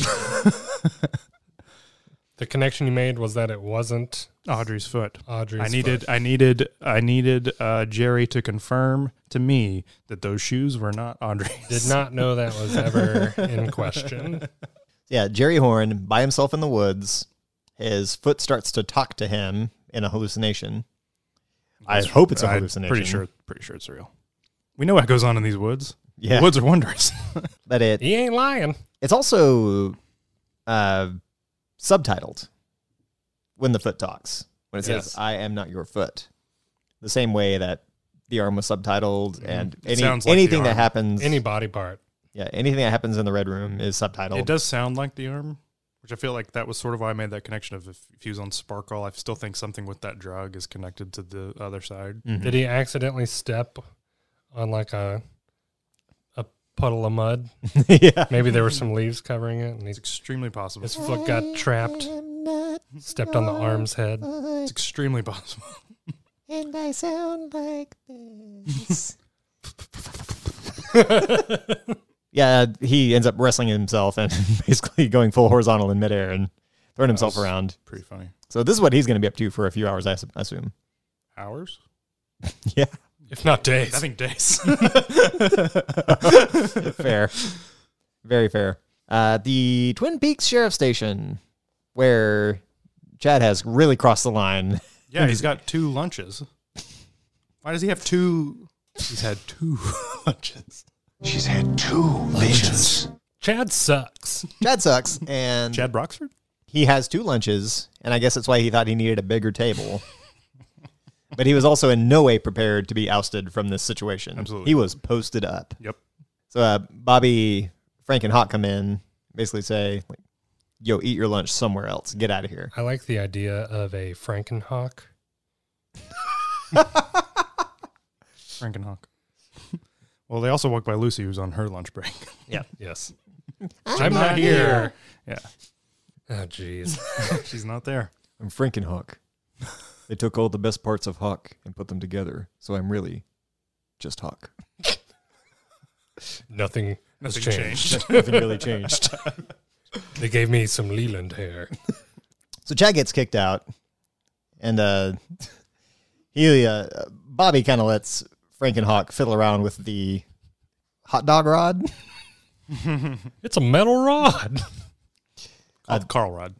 [SPEAKER 2] The connection you made was that it wasn't
[SPEAKER 1] Audrey's foot.
[SPEAKER 2] Audrey's.
[SPEAKER 1] I needed,
[SPEAKER 2] foot.
[SPEAKER 1] I needed, I needed uh, Jerry to confirm to me that those shoes were not Audrey's.
[SPEAKER 2] Did not know that was ever in question.
[SPEAKER 3] Yeah, Jerry Horn by himself in the woods. His foot starts to talk to him in a hallucination. I hope it's a
[SPEAKER 1] I'm
[SPEAKER 3] hallucination.
[SPEAKER 1] Pretty sure, pretty sure it's real. We know what goes on in these woods.
[SPEAKER 3] Yeah.
[SPEAKER 1] The woods are wondrous.
[SPEAKER 3] But it
[SPEAKER 2] He ain't lying.
[SPEAKER 3] It's also uh, subtitled when the foot talks, when it says,
[SPEAKER 2] Yes.
[SPEAKER 3] I am not your foot. The same way that the arm was subtitled and
[SPEAKER 1] Mm-hmm. It
[SPEAKER 3] any,
[SPEAKER 1] sounds like the
[SPEAKER 3] anything that
[SPEAKER 1] arm.
[SPEAKER 3] happens
[SPEAKER 2] Any body part.
[SPEAKER 3] yeah, anything that happens in the red room is subtitled.
[SPEAKER 1] it does sound like the arm, which I feel like that was sort of why I made that connection of if, if he was on Sparkle, I still think something with that drug is connected to the other side.
[SPEAKER 2] Did he accidentally step on like a a puddle of mud?
[SPEAKER 3] yeah.
[SPEAKER 2] Maybe there were some leaves covering it, and he's
[SPEAKER 1] Extremely possible.
[SPEAKER 2] His
[SPEAKER 1] It's,
[SPEAKER 2] foot got trapped, stepped on the arm's head.
[SPEAKER 1] extremely possible.
[SPEAKER 3] And I sound like this. yeah, he ends up wrestling himself and basically going full horizontal in midair and throwing himself
[SPEAKER 1] That's-
[SPEAKER 3] around.
[SPEAKER 1] Pretty funny.
[SPEAKER 3] So this is what he's going to be up to for a few hours, I s- assume.
[SPEAKER 1] Hours?
[SPEAKER 3] Yeah,
[SPEAKER 2] If not days.
[SPEAKER 1] I think days.
[SPEAKER 3] fair, very fair. Uh, the Twin Peaks Sheriff Station, where Chad has really crossed the line.
[SPEAKER 1] yeah, he's got two lunches. Why does he have two? He's had two lunches.
[SPEAKER 5] She's had two lunches.
[SPEAKER 2] Chad sucks.
[SPEAKER 3] Chad sucks, and
[SPEAKER 1] Chad Broxford?
[SPEAKER 3] he has two lunches, and I guess that's why he thought he needed a bigger table. but he was also in no way prepared to be ousted from this situation.
[SPEAKER 1] Absolutely.
[SPEAKER 3] he was posted up.
[SPEAKER 1] Yep.
[SPEAKER 3] So uh, Bobby, Frank, and Hawk come in, basically say, like, "Yo, eat your lunch somewhere else. Get out of here."
[SPEAKER 2] I like the idea of a Frankenhawk.
[SPEAKER 1] Frank and Honk. well, they also walked by Lucy, who's on her lunch break.
[SPEAKER 3] Yeah.
[SPEAKER 2] Yes.
[SPEAKER 3] I'm,
[SPEAKER 2] I'm not here.
[SPEAKER 1] Yeah,
[SPEAKER 2] Oh, jeez.
[SPEAKER 1] she's not there.
[SPEAKER 3] I'm Frankenhawk. they took all the best parts of Hawk and put them together, so I'm really just Hawk.
[SPEAKER 2] Nothing has
[SPEAKER 1] Nothing
[SPEAKER 2] changed.
[SPEAKER 3] Nothing really changed.
[SPEAKER 2] They gave me some Leland hair.
[SPEAKER 3] So Chad gets kicked out, and uh, he uh, Bobby kind of lets Frankenhawk fiddle around with the hot dog rod.
[SPEAKER 2] It's a metal rod.
[SPEAKER 1] Called Carl Rod.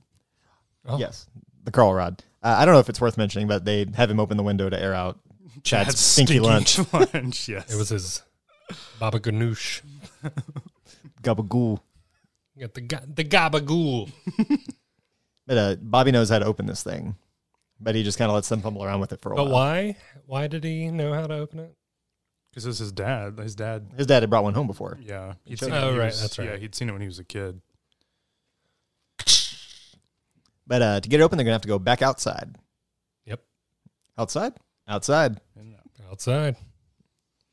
[SPEAKER 2] Oh.
[SPEAKER 3] Yes, the Carl rod. Uh, I don't know if it's worth mentioning, but they have him open the window to air out Chad's
[SPEAKER 1] That's
[SPEAKER 3] stinky, lunch,
[SPEAKER 1] lunch, Yes,
[SPEAKER 2] It was his Baba Ganoush.
[SPEAKER 3] gabagool.
[SPEAKER 2] Got the ga- the gabagool.
[SPEAKER 3] But uh, Bobby knows how to open this thing, but he just kind of lets them fumble around with it for a
[SPEAKER 2] But
[SPEAKER 3] while.
[SPEAKER 2] why? Why did he know how to open it?
[SPEAKER 1] because this is dad. His dad.
[SPEAKER 3] His dad had brought one home before.
[SPEAKER 1] Yeah, he'd
[SPEAKER 3] showed
[SPEAKER 1] seen
[SPEAKER 2] him.
[SPEAKER 1] it when
[SPEAKER 2] Oh,
[SPEAKER 1] he
[SPEAKER 2] right,
[SPEAKER 1] was-
[SPEAKER 2] that's right.
[SPEAKER 1] Yeah, he'd seen it when he was a kid.
[SPEAKER 3] But uh, to get it open, they're gonna have to go back outside.
[SPEAKER 2] Yep.
[SPEAKER 3] Outside. Outside.
[SPEAKER 1] And, uh,
[SPEAKER 2] Outside.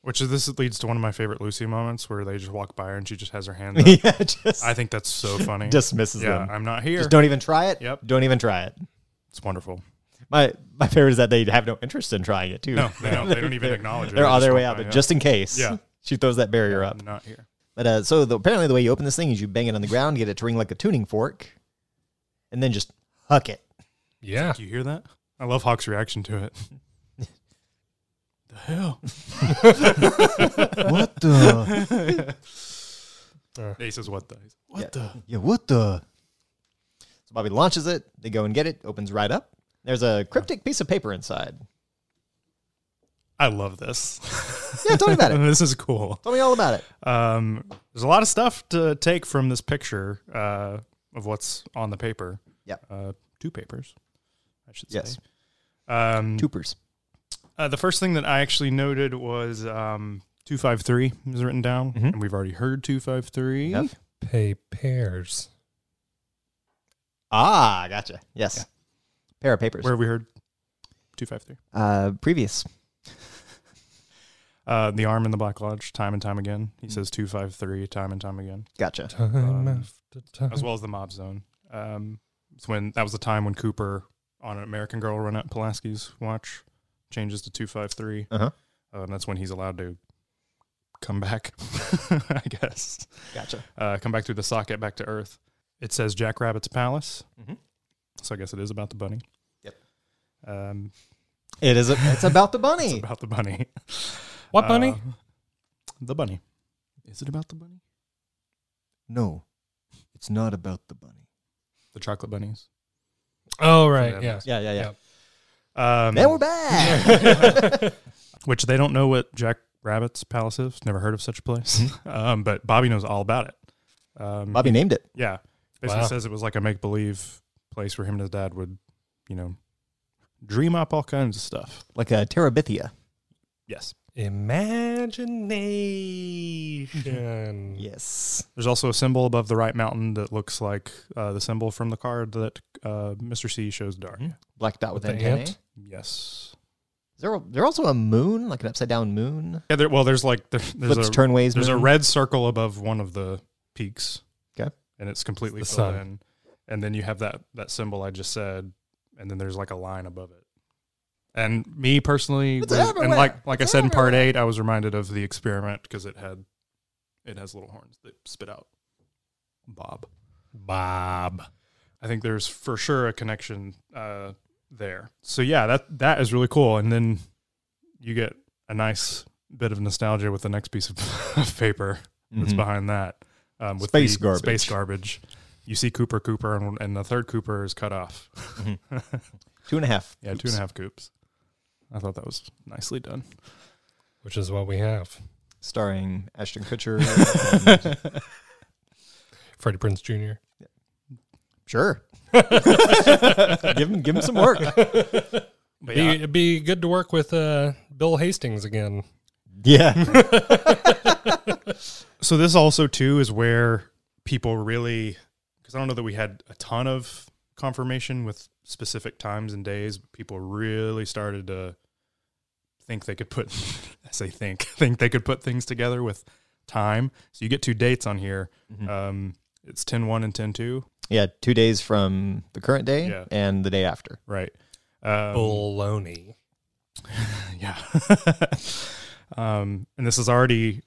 [SPEAKER 1] Which is this leads to one of my favorite Lucy moments where they just walk by her and she just has her hand up.
[SPEAKER 3] yeah. Just
[SPEAKER 1] Uh, I think that's so funny.
[SPEAKER 3] dismisses
[SPEAKER 1] yeah,
[SPEAKER 3] them.
[SPEAKER 1] I'm not here.
[SPEAKER 3] Just don't even try it.
[SPEAKER 1] Yep.
[SPEAKER 3] Don't even try it.
[SPEAKER 1] It's wonderful.
[SPEAKER 3] My my favorite is that they have no interest in trying it too.
[SPEAKER 1] No, they don't. They don't even acknowledge it.
[SPEAKER 3] They're on
[SPEAKER 1] just
[SPEAKER 3] their way
[SPEAKER 1] walk
[SPEAKER 3] out,
[SPEAKER 1] by,
[SPEAKER 3] but
[SPEAKER 1] yeah.
[SPEAKER 3] just in case,
[SPEAKER 1] Yeah.
[SPEAKER 3] she throws that barrier up.
[SPEAKER 1] I'm not here.
[SPEAKER 3] But uh, so the, apparently, the way you open this thing is you bang it on the ground, get it to ring like a tuning fork, and then just huck it.
[SPEAKER 2] Yeah.
[SPEAKER 1] Do you hear that? I love Hawk's reaction to it. the hell?
[SPEAKER 3] what the?
[SPEAKER 1] Ace says what the? He's, What the?
[SPEAKER 3] Yeah, what the? So Bobby launches it. They go and get it. Opens right up. There's a cryptic piece of paper inside.
[SPEAKER 1] I love this.
[SPEAKER 3] Yeah, tell me about it.
[SPEAKER 1] this is cool.
[SPEAKER 3] Tell me all about it.
[SPEAKER 1] Um, there's a lot of stuff to take from this picture uh, of what's on the paper.
[SPEAKER 3] Yep.
[SPEAKER 1] Uh, two papers, I should say.
[SPEAKER 3] Yes.
[SPEAKER 1] Um,
[SPEAKER 3] Toopers.
[SPEAKER 1] Uh, the first thing that I actually noted was um, 253 is written down, and we've already heard 253.
[SPEAKER 3] Mm-hmm. Yep.
[SPEAKER 2] Pay pairs.
[SPEAKER 3] Ah, gotcha. Yes. Pair of papers.
[SPEAKER 1] Where have we heard 253?
[SPEAKER 3] Uh, previous.
[SPEAKER 1] Uh, the arm in the Black Lodge, time and time again.
[SPEAKER 3] Mm-hmm.
[SPEAKER 1] He says 253 time and time again,
[SPEAKER 3] Gotcha.
[SPEAKER 2] Time after time.
[SPEAKER 1] as well as the mob zone. Um, it's when that was the time when Cooper on an American Girl run at Pulaski's watch changes to 253.
[SPEAKER 3] Uh-huh.
[SPEAKER 1] Uh, and that's when he's allowed to come back, I guess.
[SPEAKER 3] Gotcha.
[SPEAKER 1] uh, come back through the socket back to Earth. It says Jack Rabbit's Palace,
[SPEAKER 3] Mhm.
[SPEAKER 1] so I guess it is about the bunny.
[SPEAKER 3] Yep.
[SPEAKER 1] um,
[SPEAKER 3] It is. A, it's about the bunny.
[SPEAKER 1] it's about the bunny.
[SPEAKER 2] What bunny?
[SPEAKER 1] Uh, the bunny. Is it about the bunny?
[SPEAKER 3] no, it's not about the bunny.
[SPEAKER 1] The chocolate bunnies.
[SPEAKER 2] oh right.
[SPEAKER 1] yeah.
[SPEAKER 2] Yeah.
[SPEAKER 3] Yeah, yeah, yeah.
[SPEAKER 2] Yep.
[SPEAKER 1] Um,
[SPEAKER 3] Then we're back.
[SPEAKER 1] which they don't know what Jack Rabbit's Palace is. Never heard of such a place. um, but Bobby knows all about it. Um,
[SPEAKER 3] Bobby named it.
[SPEAKER 1] Yeah. Basically
[SPEAKER 2] Wow.
[SPEAKER 1] says it was like a make believe place where him and his dad would, you know, dream up all kinds of stuff.
[SPEAKER 3] like a terabithia.
[SPEAKER 1] Yes.
[SPEAKER 2] Imagination.
[SPEAKER 3] Yes.
[SPEAKER 1] There's also a symbol above the right mountain that looks like uh, the symbol from the card that uh, Mr. C shows Dark.
[SPEAKER 3] Black dot with,
[SPEAKER 2] With the
[SPEAKER 3] antennae.
[SPEAKER 2] ant?
[SPEAKER 1] Yes.
[SPEAKER 3] Is there, there also a moon, like an upside down moon?
[SPEAKER 1] Yeah. There, well, there's like there, there's
[SPEAKER 3] Flips
[SPEAKER 1] a
[SPEAKER 3] turnways
[SPEAKER 1] there's
[SPEAKER 3] moon?
[SPEAKER 1] a red circle above one of the peaks.
[SPEAKER 3] Okay.
[SPEAKER 1] And it's completely
[SPEAKER 2] It's the
[SPEAKER 1] filled
[SPEAKER 2] sun.
[SPEAKER 1] in, and then you have that that symbol I just said, and then there's like a line above it. And me personally,
[SPEAKER 3] It's
[SPEAKER 1] was- and
[SPEAKER 3] everywhere.
[SPEAKER 1] like like
[SPEAKER 3] It's
[SPEAKER 1] I said in part
[SPEAKER 3] everywhere.
[SPEAKER 1] eight, I was reminded of the experiment because it had it has little horns that spit out Bob.
[SPEAKER 2] Bob.
[SPEAKER 1] I think there's for sure a connection uh, there. So yeah, that that is really cool. And then you get a nice bit of nostalgia with the next piece of, of paper that's
[SPEAKER 3] Mhm.
[SPEAKER 1] behind that. Um, with
[SPEAKER 3] Space
[SPEAKER 1] the
[SPEAKER 3] garbage.
[SPEAKER 1] Space garbage. You see Cooper Cooper, and, and the third Cooper is cut off.
[SPEAKER 3] Two and a half.
[SPEAKER 1] yeah, two and a half coops. I thought that was nicely done.
[SPEAKER 2] Which is what we have.
[SPEAKER 3] Starring Ashton Kutcher. and-
[SPEAKER 2] Freddie Prince Jr.
[SPEAKER 3] sure. give him give him some work.
[SPEAKER 1] But
[SPEAKER 2] Be,
[SPEAKER 1] yeah,
[SPEAKER 2] it'd be good to work with uh, Bill Hastings again.
[SPEAKER 3] Yeah.
[SPEAKER 1] so this also too is where people really because i don't know that we had a ton of confirmation with specific times and days but people really started to think they could put I say think think they could put things together with time. So you get two dates on here. Um, it's 10-1 and 10-2.
[SPEAKER 3] Yeah, two days from the current day
[SPEAKER 1] Yeah.
[SPEAKER 3] and the day after.
[SPEAKER 1] Right. Um,
[SPEAKER 2] Baloney.
[SPEAKER 1] Yeah. um, and this is already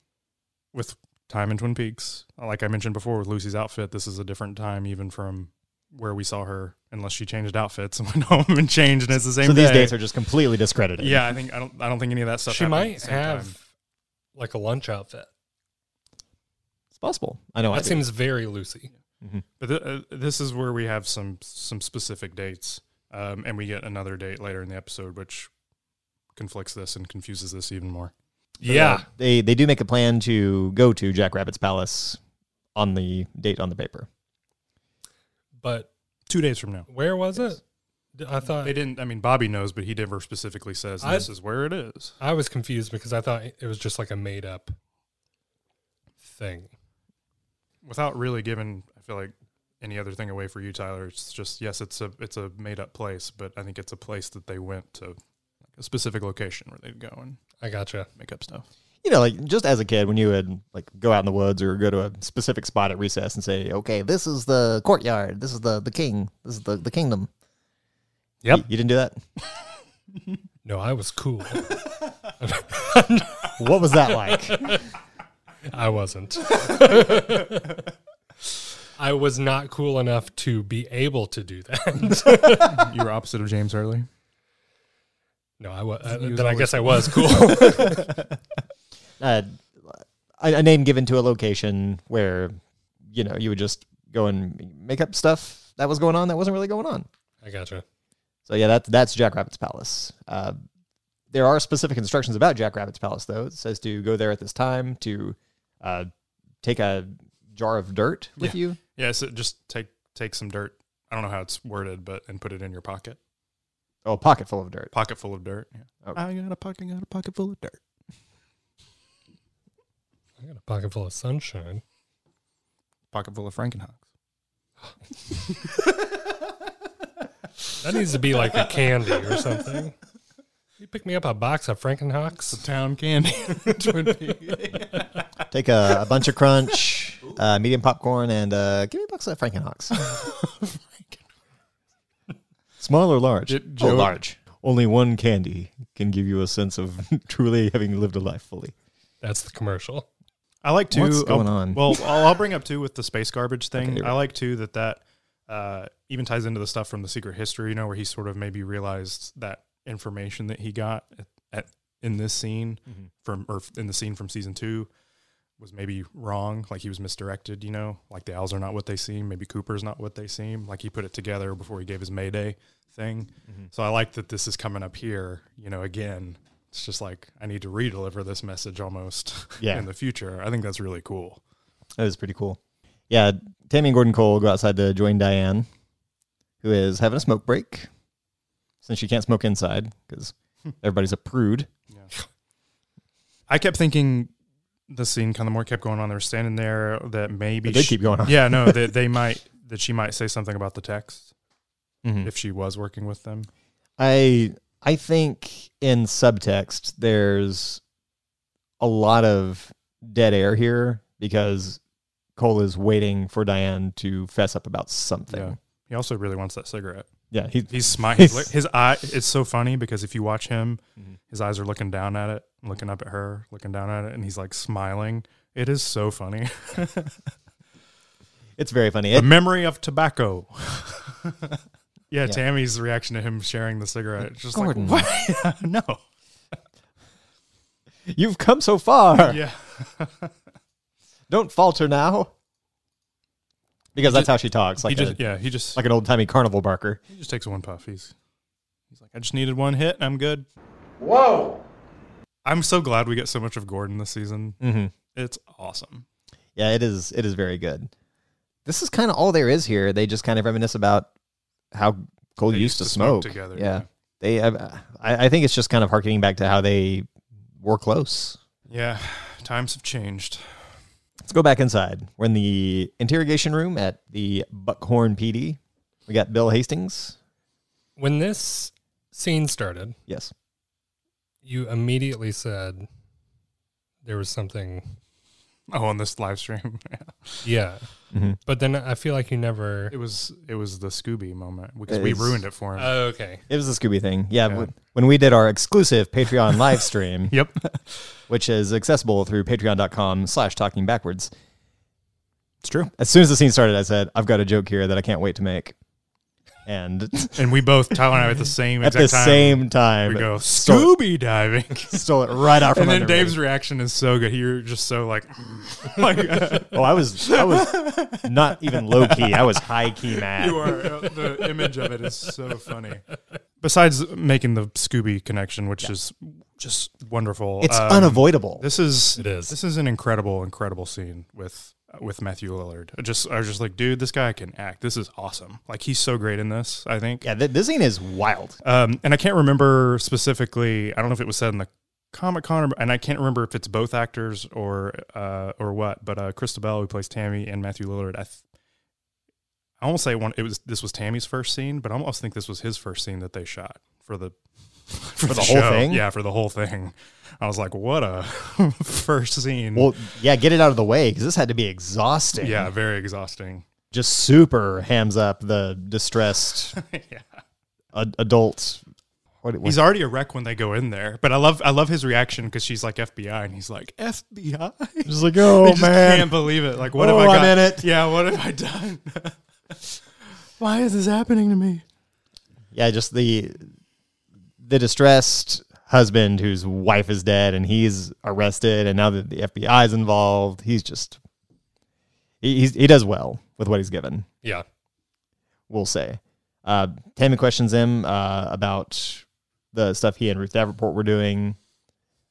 [SPEAKER 1] with time in Twin Peaks. Like I mentioned before with Lucy's outfit, this is a different time even from where we saw her, unless she changed outfits and went home and changed. And it's the same.
[SPEAKER 3] so these
[SPEAKER 1] day.
[SPEAKER 3] dates are just completely discredited.
[SPEAKER 1] Yeah, I think I don't. I don't think any of that stuff.
[SPEAKER 2] She
[SPEAKER 1] happened at
[SPEAKER 2] might
[SPEAKER 1] the same
[SPEAKER 2] have
[SPEAKER 1] time.
[SPEAKER 2] like a lunch outfit.
[SPEAKER 3] it's possible. I
[SPEAKER 1] Oh,
[SPEAKER 3] know. I
[SPEAKER 2] That
[SPEAKER 3] do.
[SPEAKER 2] seems very Lucy.
[SPEAKER 1] But th- uh, this is where we have some some specific dates, um, and we get another date later in the episode, which conflicts this and confuses this even more.
[SPEAKER 2] Yeah.
[SPEAKER 3] they they do make a plan to go to Jack Rabbit's palace on the date on the paper.
[SPEAKER 2] But
[SPEAKER 1] Two days from now,
[SPEAKER 2] where was it? D- I thought
[SPEAKER 1] they didn't. I mean, Bobby knows, but he never specifically says
[SPEAKER 2] I-
[SPEAKER 1] this is where it is.
[SPEAKER 2] I was confused because I thought it was just like a made up thing.
[SPEAKER 1] Without really giving, I feel like any other thing away for you, Tyler. It's just yes, it's a it's a made up place, but I think it's a place that they went to, like a specific location where they'd go and
[SPEAKER 2] I gotcha.
[SPEAKER 1] make up stuff.
[SPEAKER 3] You know, like just as a kid, when you would like go out in the woods or go to a specific spot at recess and say, "Okay, this is the courtyard. This is the the king. This is the the kingdom."
[SPEAKER 1] Yep.
[SPEAKER 3] You, you didn't do that.
[SPEAKER 2] No, I was cool.
[SPEAKER 3] What was that like?
[SPEAKER 2] I wasn't. I was not cool enough to be able to do that.
[SPEAKER 1] you were opposite of James Hurley.
[SPEAKER 2] No, I was.
[SPEAKER 1] He was
[SPEAKER 2] then I
[SPEAKER 1] always
[SPEAKER 2] guess I was cool.
[SPEAKER 3] uh, a, a name given to a location where you know you would just go and make up stuff that was going on that wasn't really going on.
[SPEAKER 2] I gotcha.
[SPEAKER 3] So yeah, that's that's Jackrabbit's Palace. Uh, there are specific instructions about Jackrabbit's Palace, though. It says to go there at this time, to uh, take a jar of dirt with you.
[SPEAKER 1] Yeah, so just take take some dirt. I don't know how it's worded, but and put it in your pocket.
[SPEAKER 3] Oh, a pocket full of dirt.
[SPEAKER 1] Pocket full of dirt. Yeah.
[SPEAKER 3] Oh.
[SPEAKER 1] I got a pocket. Got a pocket full of dirt.
[SPEAKER 2] I got a pocket full of sunshine.
[SPEAKER 1] Pocket full of Frankenhawks.
[SPEAKER 2] That needs to be like a candy or something. You pick me up a box of Frankenhawks.
[SPEAKER 1] Town candy.
[SPEAKER 3] Take a, a bunch of crunch, uh, medium popcorn, and uh, give me a box of Frankenhawks. Small or large?
[SPEAKER 1] J-
[SPEAKER 3] oh,
[SPEAKER 1] Joe-
[SPEAKER 3] large. Only one candy can give you a sense of truly having lived a life fully.
[SPEAKER 2] That's the commercial.
[SPEAKER 1] I like too.
[SPEAKER 3] What's going
[SPEAKER 1] I'll-
[SPEAKER 3] on?
[SPEAKER 1] Well, I'll, I'll bring up too with the space garbage thing.
[SPEAKER 3] Okay.
[SPEAKER 1] I like too that that uh, even ties into the stuff from the Secret History. You know, where he sort of maybe realized that information that he got at, at in this scene
[SPEAKER 3] Mm-hmm.
[SPEAKER 1] from or in the scene from season two was maybe wrong. Like he was misdirected. You know, like the owls are not what they seem. Maybe Cooper's not what they seem. Like he put it together before he gave his Mayday thing.
[SPEAKER 3] Mm-hmm.
[SPEAKER 1] So I like that this is coming up here. You know, again. It's just like I need to re-deliver this message almost
[SPEAKER 3] Yeah.
[SPEAKER 1] in the future. I think that's really cool.
[SPEAKER 3] That was pretty cool. Yeah, Tammy and Gordon Cole go outside to join Diane, who is having a smoke break since she can't smoke inside because everybody's a prude.
[SPEAKER 1] I kept thinking the scene kind of more kept going on. They were standing there that maybe
[SPEAKER 3] It did
[SPEAKER 1] she-
[SPEAKER 3] keep going on.
[SPEAKER 1] Yeah, no, that they might that she might say something about the text
[SPEAKER 3] Mhm.
[SPEAKER 1] if she was working with them.
[SPEAKER 3] I I think in subtext there's a lot of dead air here because Cole is waiting for Diane to fess up about
[SPEAKER 1] Yeah.
[SPEAKER 3] something.
[SPEAKER 1] He also really wants that cigarette.
[SPEAKER 3] Yeah, he,
[SPEAKER 1] He's smiling. his eye. It's so funny because if you watch him, his eyes are looking down at it, looking up at her, looking down at it, and he's like smiling. It is so funny.
[SPEAKER 3] it's very funny.
[SPEAKER 1] the
[SPEAKER 3] It-
[SPEAKER 1] memory of tobacco. yeah, Tammy's reaction to him sharing the cigarette. It's just
[SPEAKER 3] Gordon.
[SPEAKER 1] like, what? no.
[SPEAKER 3] you've come so far.
[SPEAKER 1] Yeah.
[SPEAKER 3] Don't falter now. Because that's how she talks.
[SPEAKER 1] he
[SPEAKER 3] Like uh, a-
[SPEAKER 1] just, yeah, he just,
[SPEAKER 3] like an old timey carnival barker.
[SPEAKER 1] he just takes one puff. He's, he's like, I just needed one hit and I'm good.
[SPEAKER 5] Whoa!
[SPEAKER 1] I'm so glad we get so much of Gordon this season.
[SPEAKER 3] Mm-hmm.
[SPEAKER 1] It's awesome.
[SPEAKER 3] Yeah, it is. It is very good. This is kind of all there is here. They just kind of reminisce about how Cole
[SPEAKER 1] They
[SPEAKER 3] used, to, smoke.
[SPEAKER 1] together,
[SPEAKER 3] Yeah,
[SPEAKER 1] yeah.
[SPEAKER 3] they. I, I I think it's just kind of harkening back to how they were close.
[SPEAKER 1] Yeah. Times have changed.
[SPEAKER 3] Let's go back inside. We're in the interrogation room at the Buckhorn PD. We got Bill Hastings.
[SPEAKER 2] When this scene started,
[SPEAKER 3] Yes.
[SPEAKER 2] you immediately said there was something
[SPEAKER 1] Oh, on this live stream, yeah.
[SPEAKER 2] yeah
[SPEAKER 3] Mhm.
[SPEAKER 2] but then i feel like you never
[SPEAKER 1] it was it was the Scooby moment because
[SPEAKER 3] It
[SPEAKER 1] we
[SPEAKER 3] is-
[SPEAKER 1] ruined it for him.
[SPEAKER 2] oh, okay
[SPEAKER 3] It was the Scooby thing. Yeah.
[SPEAKER 1] Yeah.
[SPEAKER 3] w- When we did our exclusive Patreon live stream,
[SPEAKER 1] yep,
[SPEAKER 3] which is accessible through patreon.com slash talking backwards.
[SPEAKER 1] it's true.
[SPEAKER 3] As soon as the scene started, I said, I've got a joke here that I can't wait to make. And
[SPEAKER 1] And we both Tyler and I at the same
[SPEAKER 3] at
[SPEAKER 1] exact
[SPEAKER 3] the
[SPEAKER 1] time,
[SPEAKER 3] same time,
[SPEAKER 1] we go
[SPEAKER 3] stole,
[SPEAKER 1] Scooby diving.
[SPEAKER 3] stole it right out from
[SPEAKER 1] And then
[SPEAKER 3] under me.
[SPEAKER 1] Dave's reaction is so good. You're just so like, like uh,
[SPEAKER 3] Oh, I was I was not even low key. I was high key mad.
[SPEAKER 1] you are. uh, the image of it is so funny. Besides making the Scooby connection, which is just wonderful,
[SPEAKER 3] It's
[SPEAKER 1] um,
[SPEAKER 3] unavoidable.
[SPEAKER 1] This is
[SPEAKER 2] It is.
[SPEAKER 1] This is an incredible, incredible scene with uh, with Matthew Lillard. I just I was just like, dude, this guy can act. This is awesome. Like he's so great in this. I think.
[SPEAKER 3] yeah, th- this scene is wild.
[SPEAKER 1] Um, and I can't remember specifically. I don't know if it was said in the Comic Con, or- and I can't remember if it's both actors or uh, or what. But uh, Christabel, who plays Tammy, and Matthew Lillard. I, th- I almost say one. It was this was Tammy's first scene, but I almost think this was his first scene that they shot for the for,
[SPEAKER 3] the whole
[SPEAKER 1] show.
[SPEAKER 3] thing?
[SPEAKER 1] Yeah, for the whole thing. I was like, what a first scene.
[SPEAKER 3] Well, yeah, get it out of the way because this had to be exhausting.
[SPEAKER 1] yeah, very exhausting.
[SPEAKER 3] just super hams up the distressed
[SPEAKER 1] yeah.
[SPEAKER 3] ad- adult. What, what-
[SPEAKER 1] He's already a wreck when they go in there, but I love I love his reaction because she's like FBI, and he's like FBI.
[SPEAKER 3] just like, oh
[SPEAKER 1] I just
[SPEAKER 3] man,
[SPEAKER 1] can't believe it. Like, what
[SPEAKER 3] Oh,
[SPEAKER 1] have I
[SPEAKER 3] I'm
[SPEAKER 1] got?
[SPEAKER 3] in it.
[SPEAKER 1] Yeah, what have I done? Why is this happening to me?
[SPEAKER 3] yeah, just the the distressed husband whose wife is dead and he's arrested, and now that the FBI is involved, he's just he he's, he does well with what he's given.
[SPEAKER 2] yeah
[SPEAKER 3] We'll say. Uh, Tammy questions him uh, about the stuff he and Ruth Davenport were doing.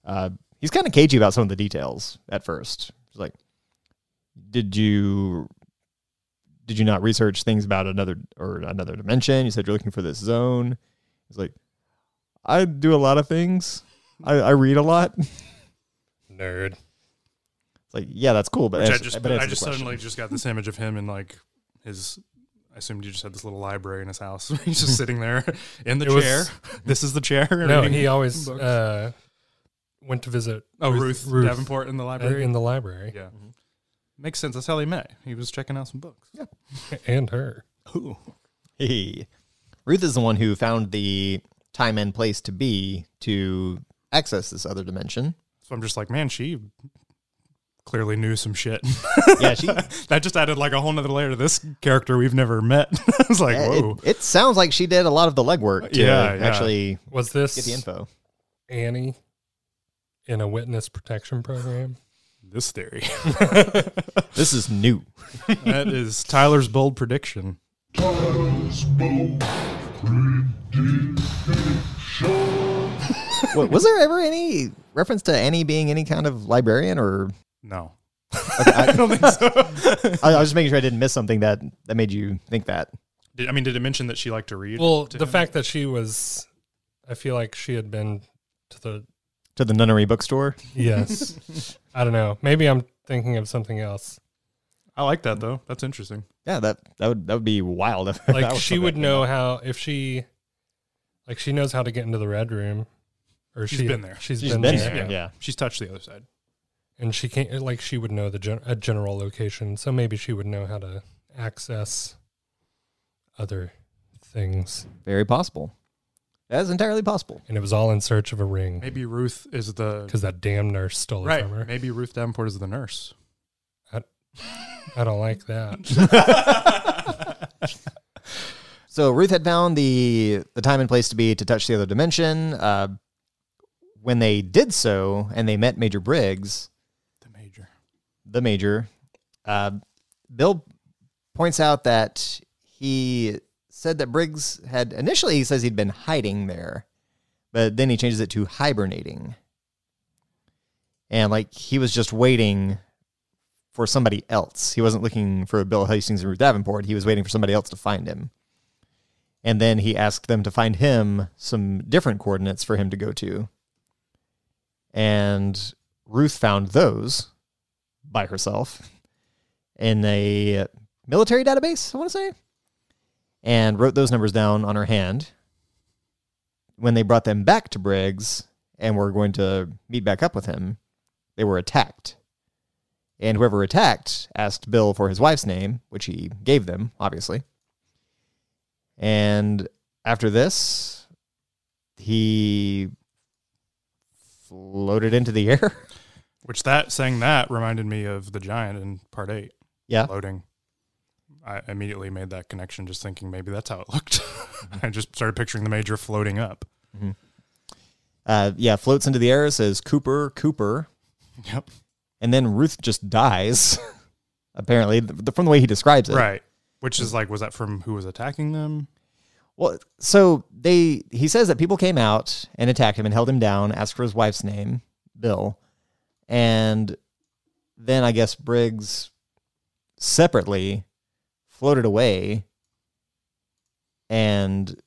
[SPEAKER 3] Uh, he's kind of cagey about some of the details at first. He's like, "Did you did you not research things about another or another dimension? You said you're looking for this zone. He's like, I do a lot of things. I, I read a lot. It's
[SPEAKER 2] nerd
[SPEAKER 3] like, yeah, that's cool, but
[SPEAKER 1] Which I
[SPEAKER 3] ans-
[SPEAKER 1] just
[SPEAKER 3] but answer
[SPEAKER 1] I
[SPEAKER 3] the
[SPEAKER 1] just
[SPEAKER 3] question.
[SPEAKER 1] suddenly just got this image of him in like his. I assumed you just had this little library in his house. He's just sitting there in the
[SPEAKER 2] It was-
[SPEAKER 1] chair. this is the chair.
[SPEAKER 2] no
[SPEAKER 1] reading
[SPEAKER 2] he always
[SPEAKER 1] books.
[SPEAKER 2] uh went to visit
[SPEAKER 1] oh Ruth, Davenport in the
[SPEAKER 2] uh,
[SPEAKER 1] library.
[SPEAKER 2] in the library
[SPEAKER 1] yeah, makes sense. That's how they met. He was checking out some books. Yeah.
[SPEAKER 2] and her
[SPEAKER 1] Ooh.
[SPEAKER 3] Hey. Ruth is the one who found the time and place to be to access this other dimension.
[SPEAKER 1] So I'm just like, man, she clearly knew some shit.
[SPEAKER 3] Yeah, she. it,
[SPEAKER 1] that just added like a whole nother layer to this character we've never met. I was like, whoa.
[SPEAKER 3] it sounds like she did a lot of the legwork to
[SPEAKER 1] Yeah, yeah.
[SPEAKER 3] actually
[SPEAKER 2] was this
[SPEAKER 3] get the info.
[SPEAKER 2] annie in a witness protection program
[SPEAKER 1] this theory.
[SPEAKER 3] This is new.
[SPEAKER 1] that is Tyler's bold prediction.
[SPEAKER 3] Wa- was there ever any reference to Annie being any kind of librarian, or
[SPEAKER 1] No.
[SPEAKER 3] I, I was just making sure I didn't miss something that that made you think that?
[SPEAKER 1] Did, I mean, did it mention that she liked to read?
[SPEAKER 2] well
[SPEAKER 1] to
[SPEAKER 2] the
[SPEAKER 1] him?
[SPEAKER 2] fact that she was i feel like she had been to the
[SPEAKER 3] To the nunnery bookstore.
[SPEAKER 2] yes i don't know maybe i'm thinking of something else
[SPEAKER 1] I like that though. That's interesting.
[SPEAKER 3] Yeah, that that would that would be wild. If that
[SPEAKER 2] like
[SPEAKER 3] was
[SPEAKER 2] she
[SPEAKER 3] something
[SPEAKER 2] would
[SPEAKER 3] that came
[SPEAKER 2] know
[SPEAKER 3] up.
[SPEAKER 2] how if she like she knows how to get into the red room or
[SPEAKER 1] She's
[SPEAKER 2] she,
[SPEAKER 1] been there.
[SPEAKER 2] She's
[SPEAKER 3] She's
[SPEAKER 2] been,
[SPEAKER 3] been
[SPEAKER 2] there.
[SPEAKER 3] there. Yeah.
[SPEAKER 1] She's touched the other side.
[SPEAKER 2] and she can't uh, like she would know the gen- a general location so maybe she would know how to access other things
[SPEAKER 3] Very possible. That is entirely possible.
[SPEAKER 2] and it was all in search of a ring
[SPEAKER 1] Maybe Ruth is the
[SPEAKER 2] because that damn nurse stole it
[SPEAKER 1] right.
[SPEAKER 2] from her
[SPEAKER 1] Maybe Ruth Davenport is the nurse.
[SPEAKER 2] i don't like that
[SPEAKER 3] So Ruth had found the the time and place to be to touch the other dimension. Uh, when they did so, and they met Major Briggs,
[SPEAKER 1] The major.
[SPEAKER 3] the Major, uh, Bill points out that he said that Briggs had initially he says he'd been hiding there, but then he changes it to hibernating, and like he was just waiting for somebody else. He wasn't looking for Bill Hastings and Ruth Davenport. He was waiting for somebody else to find him. And then he asked them to find him some different coordinates for him to go to. And Ruth found those by herself in a military database, I want to say, and wrote those numbers down on her hand. When they brought them back to Briggs and were going to meet back up with him, they were attacked. And whoever attacked asked Bill for his wife's name, which he gave them, obviously. And after this, he floated into the air.
[SPEAKER 1] Which that saying that reminded me of the giant in part eight.
[SPEAKER 3] yeah.
[SPEAKER 1] Floating. I immediately made that connection, just thinking maybe that's how it looked. I just started picturing the major floating up.
[SPEAKER 3] Uh, yeah, floats into the air, says Cooper, Cooper.
[SPEAKER 1] Yep.
[SPEAKER 3] And then Ruth just dies, apparently, th- th- from the way he describes it.
[SPEAKER 1] Right. Which is like, was that from who was attacking them?
[SPEAKER 3] Well, so they he says that people came out and attacked him and held him down, asked for his wife's name, Bill, and then I guess Briggs separately floated away and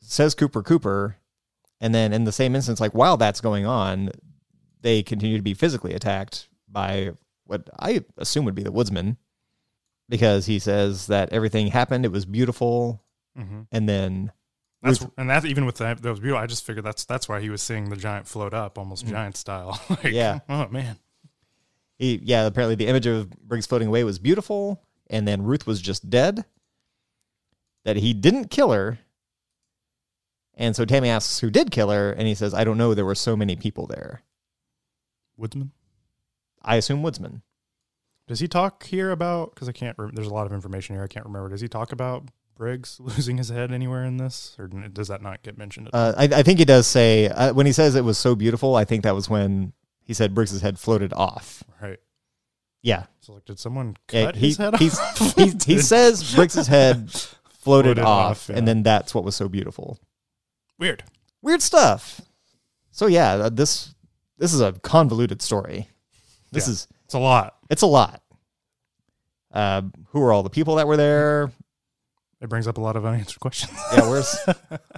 [SPEAKER 3] says Cooper Cooper, and then in the same instance, like while that's going on, they continue to be physically attacked by what I assume would be the woodsman. Because he says that everything happened, it was beautiful,
[SPEAKER 1] Mm-hmm.
[SPEAKER 3] and then
[SPEAKER 1] That's, and that even with that, that was beautiful. I just figured that's that's why he was seeing the giant float up, almost giant style. like,
[SPEAKER 3] Yeah.
[SPEAKER 1] Oh man.
[SPEAKER 3] he, yeah, apparently the image of Briggs floating away was beautiful, and then Ruth was just dead. That he didn't kill her, and so Tammy asks who did kill her, and he says, "I don't know. There were so many people there.
[SPEAKER 1] Woodsman.
[SPEAKER 3] I assume Woodsman.
[SPEAKER 1] Does he talk here about? Because I can't. Rem- there's a lot of information here. I can't remember. Does he talk about Briggs losing his head anywhere in this, or n- does that not get mentioned? At all?
[SPEAKER 3] Uh, I, I think he does say uh, when he says it was so beautiful. I think that was when he said Briggs's head floated off.
[SPEAKER 1] right.
[SPEAKER 3] Yeah,
[SPEAKER 1] So like, did someone
[SPEAKER 3] Yeah,
[SPEAKER 1] cut
[SPEAKER 3] he,
[SPEAKER 1] his head
[SPEAKER 3] he's-
[SPEAKER 1] off?
[SPEAKER 3] he, he says Briggs's head floated,
[SPEAKER 1] Floated
[SPEAKER 3] off,
[SPEAKER 1] off, yeah.
[SPEAKER 3] and then that's what was so beautiful.
[SPEAKER 1] weird.
[SPEAKER 3] weird stuff. So yeah, th- this this is a convoluted story. This
[SPEAKER 1] Yeah.
[SPEAKER 3] is
[SPEAKER 1] It's a lot.
[SPEAKER 3] it's a lot. Uh, who are all the people that were there?
[SPEAKER 1] It brings up a lot of unanswered questions.
[SPEAKER 3] Yeah, where's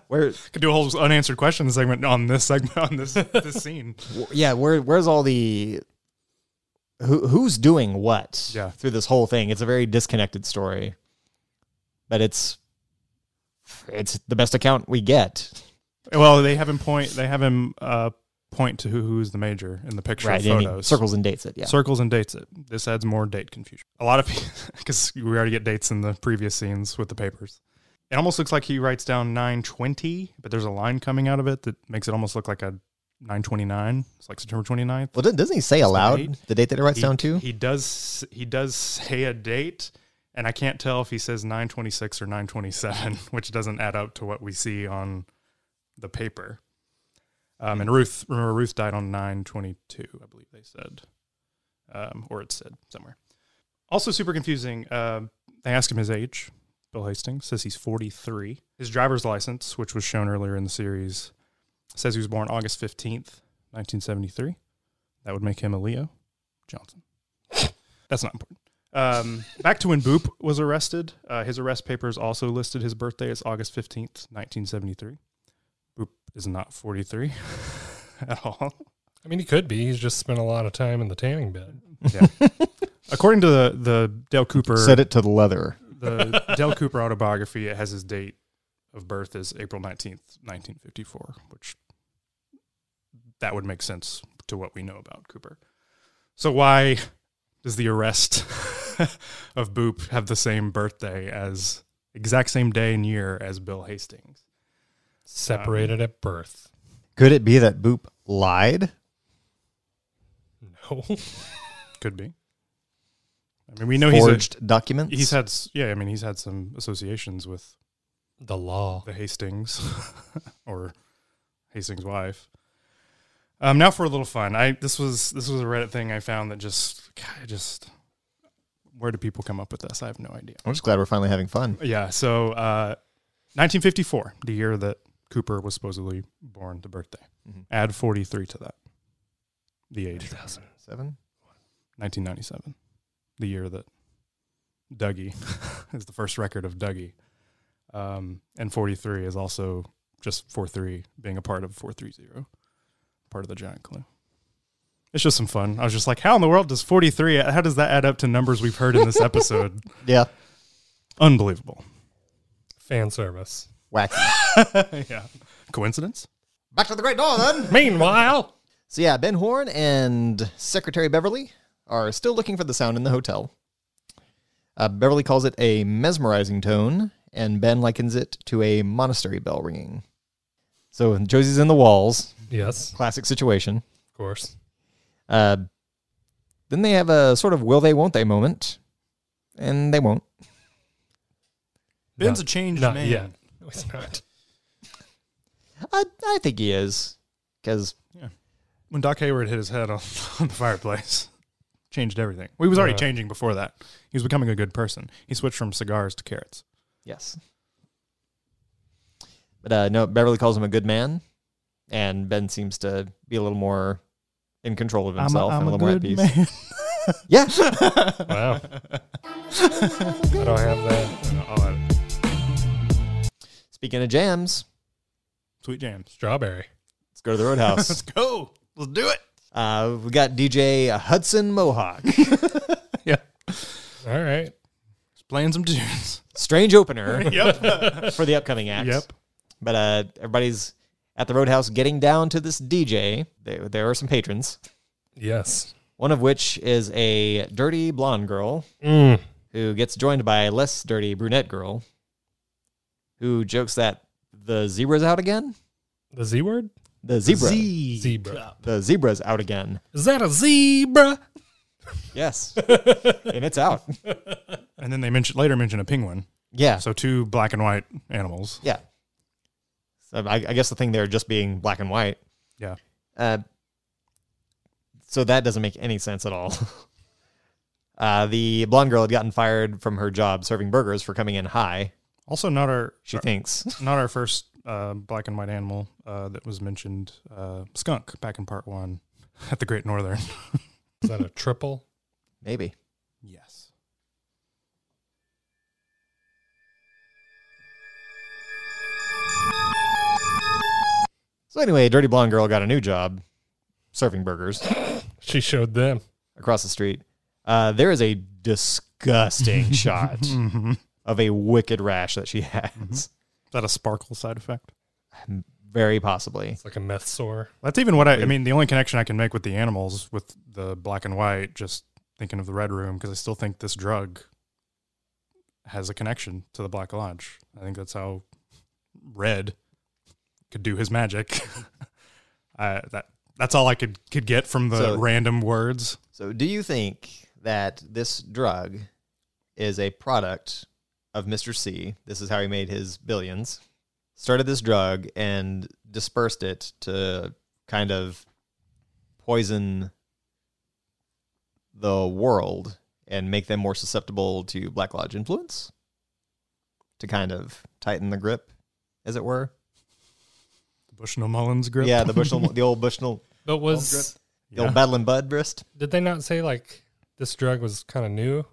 [SPEAKER 3] where?
[SPEAKER 1] Could do a whole unanswered question segment on this segment on this this scene.
[SPEAKER 3] wh- Yeah, where where's all the who who's doing what?
[SPEAKER 1] Yeah.
[SPEAKER 3] through this whole thing, it's a very disconnected story, but it's it's the best account we get.
[SPEAKER 1] Well, they have him point. They have him uh, point to who who's the major in the picture
[SPEAKER 3] Right,
[SPEAKER 1] of
[SPEAKER 3] and he
[SPEAKER 1] photos.
[SPEAKER 3] circles and dates it. Yeah,
[SPEAKER 1] circles and dates it. This adds more date confusion. A lot of because we already get dates in the previous scenes with the papers. It almost looks like he writes down 920, but there's a line coming out of it that makes it almost look like a 929. It's like September 29th.
[SPEAKER 3] well, doesn't- doesn't he say aloud
[SPEAKER 1] date.
[SPEAKER 3] the date that it writes
[SPEAKER 1] He-
[SPEAKER 3] down to?
[SPEAKER 1] He does he does say a date and I can't tell if he says 926 or 927, which doesn't add up to what we see on the paper. Um, and Ruth, remember Ruth died on 922, I believe they said. Um, or it said somewhere. Also super confusing. Um they ask him his age. Bill Hastings says he's 43. His driver's license, which was shown earlier in the series, says he was born August 15th, 1973. That would make him a Leo. Johnson. That's not important. Um, back to when Boop was arrested. Uh, his arrest papers also listed his birthday as August 15th, 1973. Boop is not 43 at all.
[SPEAKER 2] I mean, he could be. He's just spent a lot of time in the tanning bed.
[SPEAKER 1] According to the, the Dale Cooper
[SPEAKER 3] Set it to the leather.
[SPEAKER 1] the Dale Cooper autobiography, it has his date of birth as April 19th, 1954, which that would make sense to what we know about Cooper. So why does the arrest of Boop have the same birthday as exact same day and year as Bill Hastings?
[SPEAKER 2] Separated at birth.
[SPEAKER 3] Could it be that Boop lied?
[SPEAKER 2] No.
[SPEAKER 1] Could be. I mean, we know he's a-
[SPEAKER 3] Forged documents?
[SPEAKER 1] he's had s- yeah, I mean, he's had some associations with
[SPEAKER 2] the law.
[SPEAKER 1] the Hastings or Hastings' wife. Um, now for a little fun. I this was this was a Reddit thing I found that just God, I just where do people come up with this? I have no idea.
[SPEAKER 3] I'm just glad we're finally having fun.
[SPEAKER 1] Yeah, so uh, 1954, the year that Cooper was supposedly born, the birthday. Add 43 to that. The age.
[SPEAKER 3] Seven?
[SPEAKER 1] 1997, the year that Dougie is the first record of Dougie. Um, and 43 is also just 43 being a part of 430, part of the giant clue. It's just some fun. I was just like, how in the world does 43, how does that add up to numbers we've heard in this episode?
[SPEAKER 3] Yeah.
[SPEAKER 1] Unbelievable.
[SPEAKER 2] Fan service.
[SPEAKER 3] Wacky.
[SPEAKER 1] yeah. Coincidence?
[SPEAKER 3] Back to the Great Northern.
[SPEAKER 2] Meanwhile,
[SPEAKER 3] so yeah, Ben Horn and Secretary Beverly are still looking for the sound in the hotel. Uh, Beverly calls it a mesmerizing tone, and Ben likens it to a monastery bell ringing. So Josie's in the walls,
[SPEAKER 2] yes, of
[SPEAKER 3] classic situation.
[SPEAKER 2] course.
[SPEAKER 3] Uh, then they have a sort of will they, won't they moment, and they won't.
[SPEAKER 1] Ben's
[SPEAKER 2] No,
[SPEAKER 1] a changed
[SPEAKER 2] Not
[SPEAKER 1] man.
[SPEAKER 2] yet. No, it's not.
[SPEAKER 3] I, I think he is, because
[SPEAKER 1] When Doc Hayward hit his head on, on the fireplace, changed everything. Well, he was already
[SPEAKER 2] Uh.
[SPEAKER 1] changing before that. He was becoming a good person. He switched from cigars to carrots.
[SPEAKER 3] Yes. But uh, no, Beverly calls him a good man, and Ben seems to be a little more in control of himself and a little more at peace. Yeah,
[SPEAKER 2] Wow. I don't have that. No, I'll have it.
[SPEAKER 3] speaking of jams,
[SPEAKER 1] Sweet jams.
[SPEAKER 2] Strawberry.
[SPEAKER 3] let's go to the Roadhouse.
[SPEAKER 1] go. Let's do it.
[SPEAKER 3] uh, we got DJ Hudson Mohawk,
[SPEAKER 1] Yeah.
[SPEAKER 2] All right.
[SPEAKER 1] Just playing some tunes.
[SPEAKER 3] strange opener
[SPEAKER 1] Yep.
[SPEAKER 3] for the upcoming act.
[SPEAKER 1] yep.
[SPEAKER 3] But uh, everybody's at the Roadhouse getting down to this DJ. There, there are some patrons,
[SPEAKER 2] Yes.
[SPEAKER 3] one of which is a dirty blonde girl
[SPEAKER 2] Mm.
[SPEAKER 3] who gets joined by a less dirty brunette girl who jokes that the zebra's out again.
[SPEAKER 2] The Z word?
[SPEAKER 3] The zebra.
[SPEAKER 2] Zebra.
[SPEAKER 3] the zebra's out again.
[SPEAKER 2] Is that a zebra?
[SPEAKER 3] Yes. and it's out.
[SPEAKER 1] And then they mention later mention a penguin.
[SPEAKER 3] Yeah.
[SPEAKER 1] So two black and white animals.
[SPEAKER 3] yeah. So I, I guess the thing there just being black and white.
[SPEAKER 1] Yeah.
[SPEAKER 3] Uh, so that doesn't make any sense at all. Uh, the blonde girl had gotten fired from her job serving burgers for coming in high,
[SPEAKER 1] Also, not our
[SPEAKER 3] she
[SPEAKER 1] our-
[SPEAKER 3] thinks.
[SPEAKER 1] not our first uh, black and white animal uh, that was mentioned. Uh, skunk back in part one at the Great Northern.
[SPEAKER 2] Is that a triple?
[SPEAKER 3] Maybe.
[SPEAKER 1] Yes.
[SPEAKER 3] So anyway, dirty blonde girl got a new job serving burgers.
[SPEAKER 2] She showed them.
[SPEAKER 3] across the street, uh, there is a disgusting shot of a wicked rash that she has.
[SPEAKER 1] Is that a sparkle side effect?
[SPEAKER 3] Very possibly.
[SPEAKER 2] It's like a meth sore.
[SPEAKER 1] That's even what I, I mean. The only connection I can make with the animals, with the black and white, just thinking of the Red Room, because I still think this drug has a connection to the Black Lodge. I think that's how Red could do his magic. I, that that's all I could could get from the
[SPEAKER 3] So-
[SPEAKER 1] random words.
[SPEAKER 3] So, do you think that this drug is a product of Mr. C? This is how he made his billions. Started this drug and dispersed it to kind of poison the world and make them more susceptible to Black Lodge influence to kind of tighten the grip, as it were.
[SPEAKER 1] The Bushnell Mullins grip.
[SPEAKER 3] Yeah, the Bushnell, the old Bushnell,
[SPEAKER 2] But was
[SPEAKER 3] the old Battle and Bud wrist.
[SPEAKER 2] did they not say like this drug was kind of new?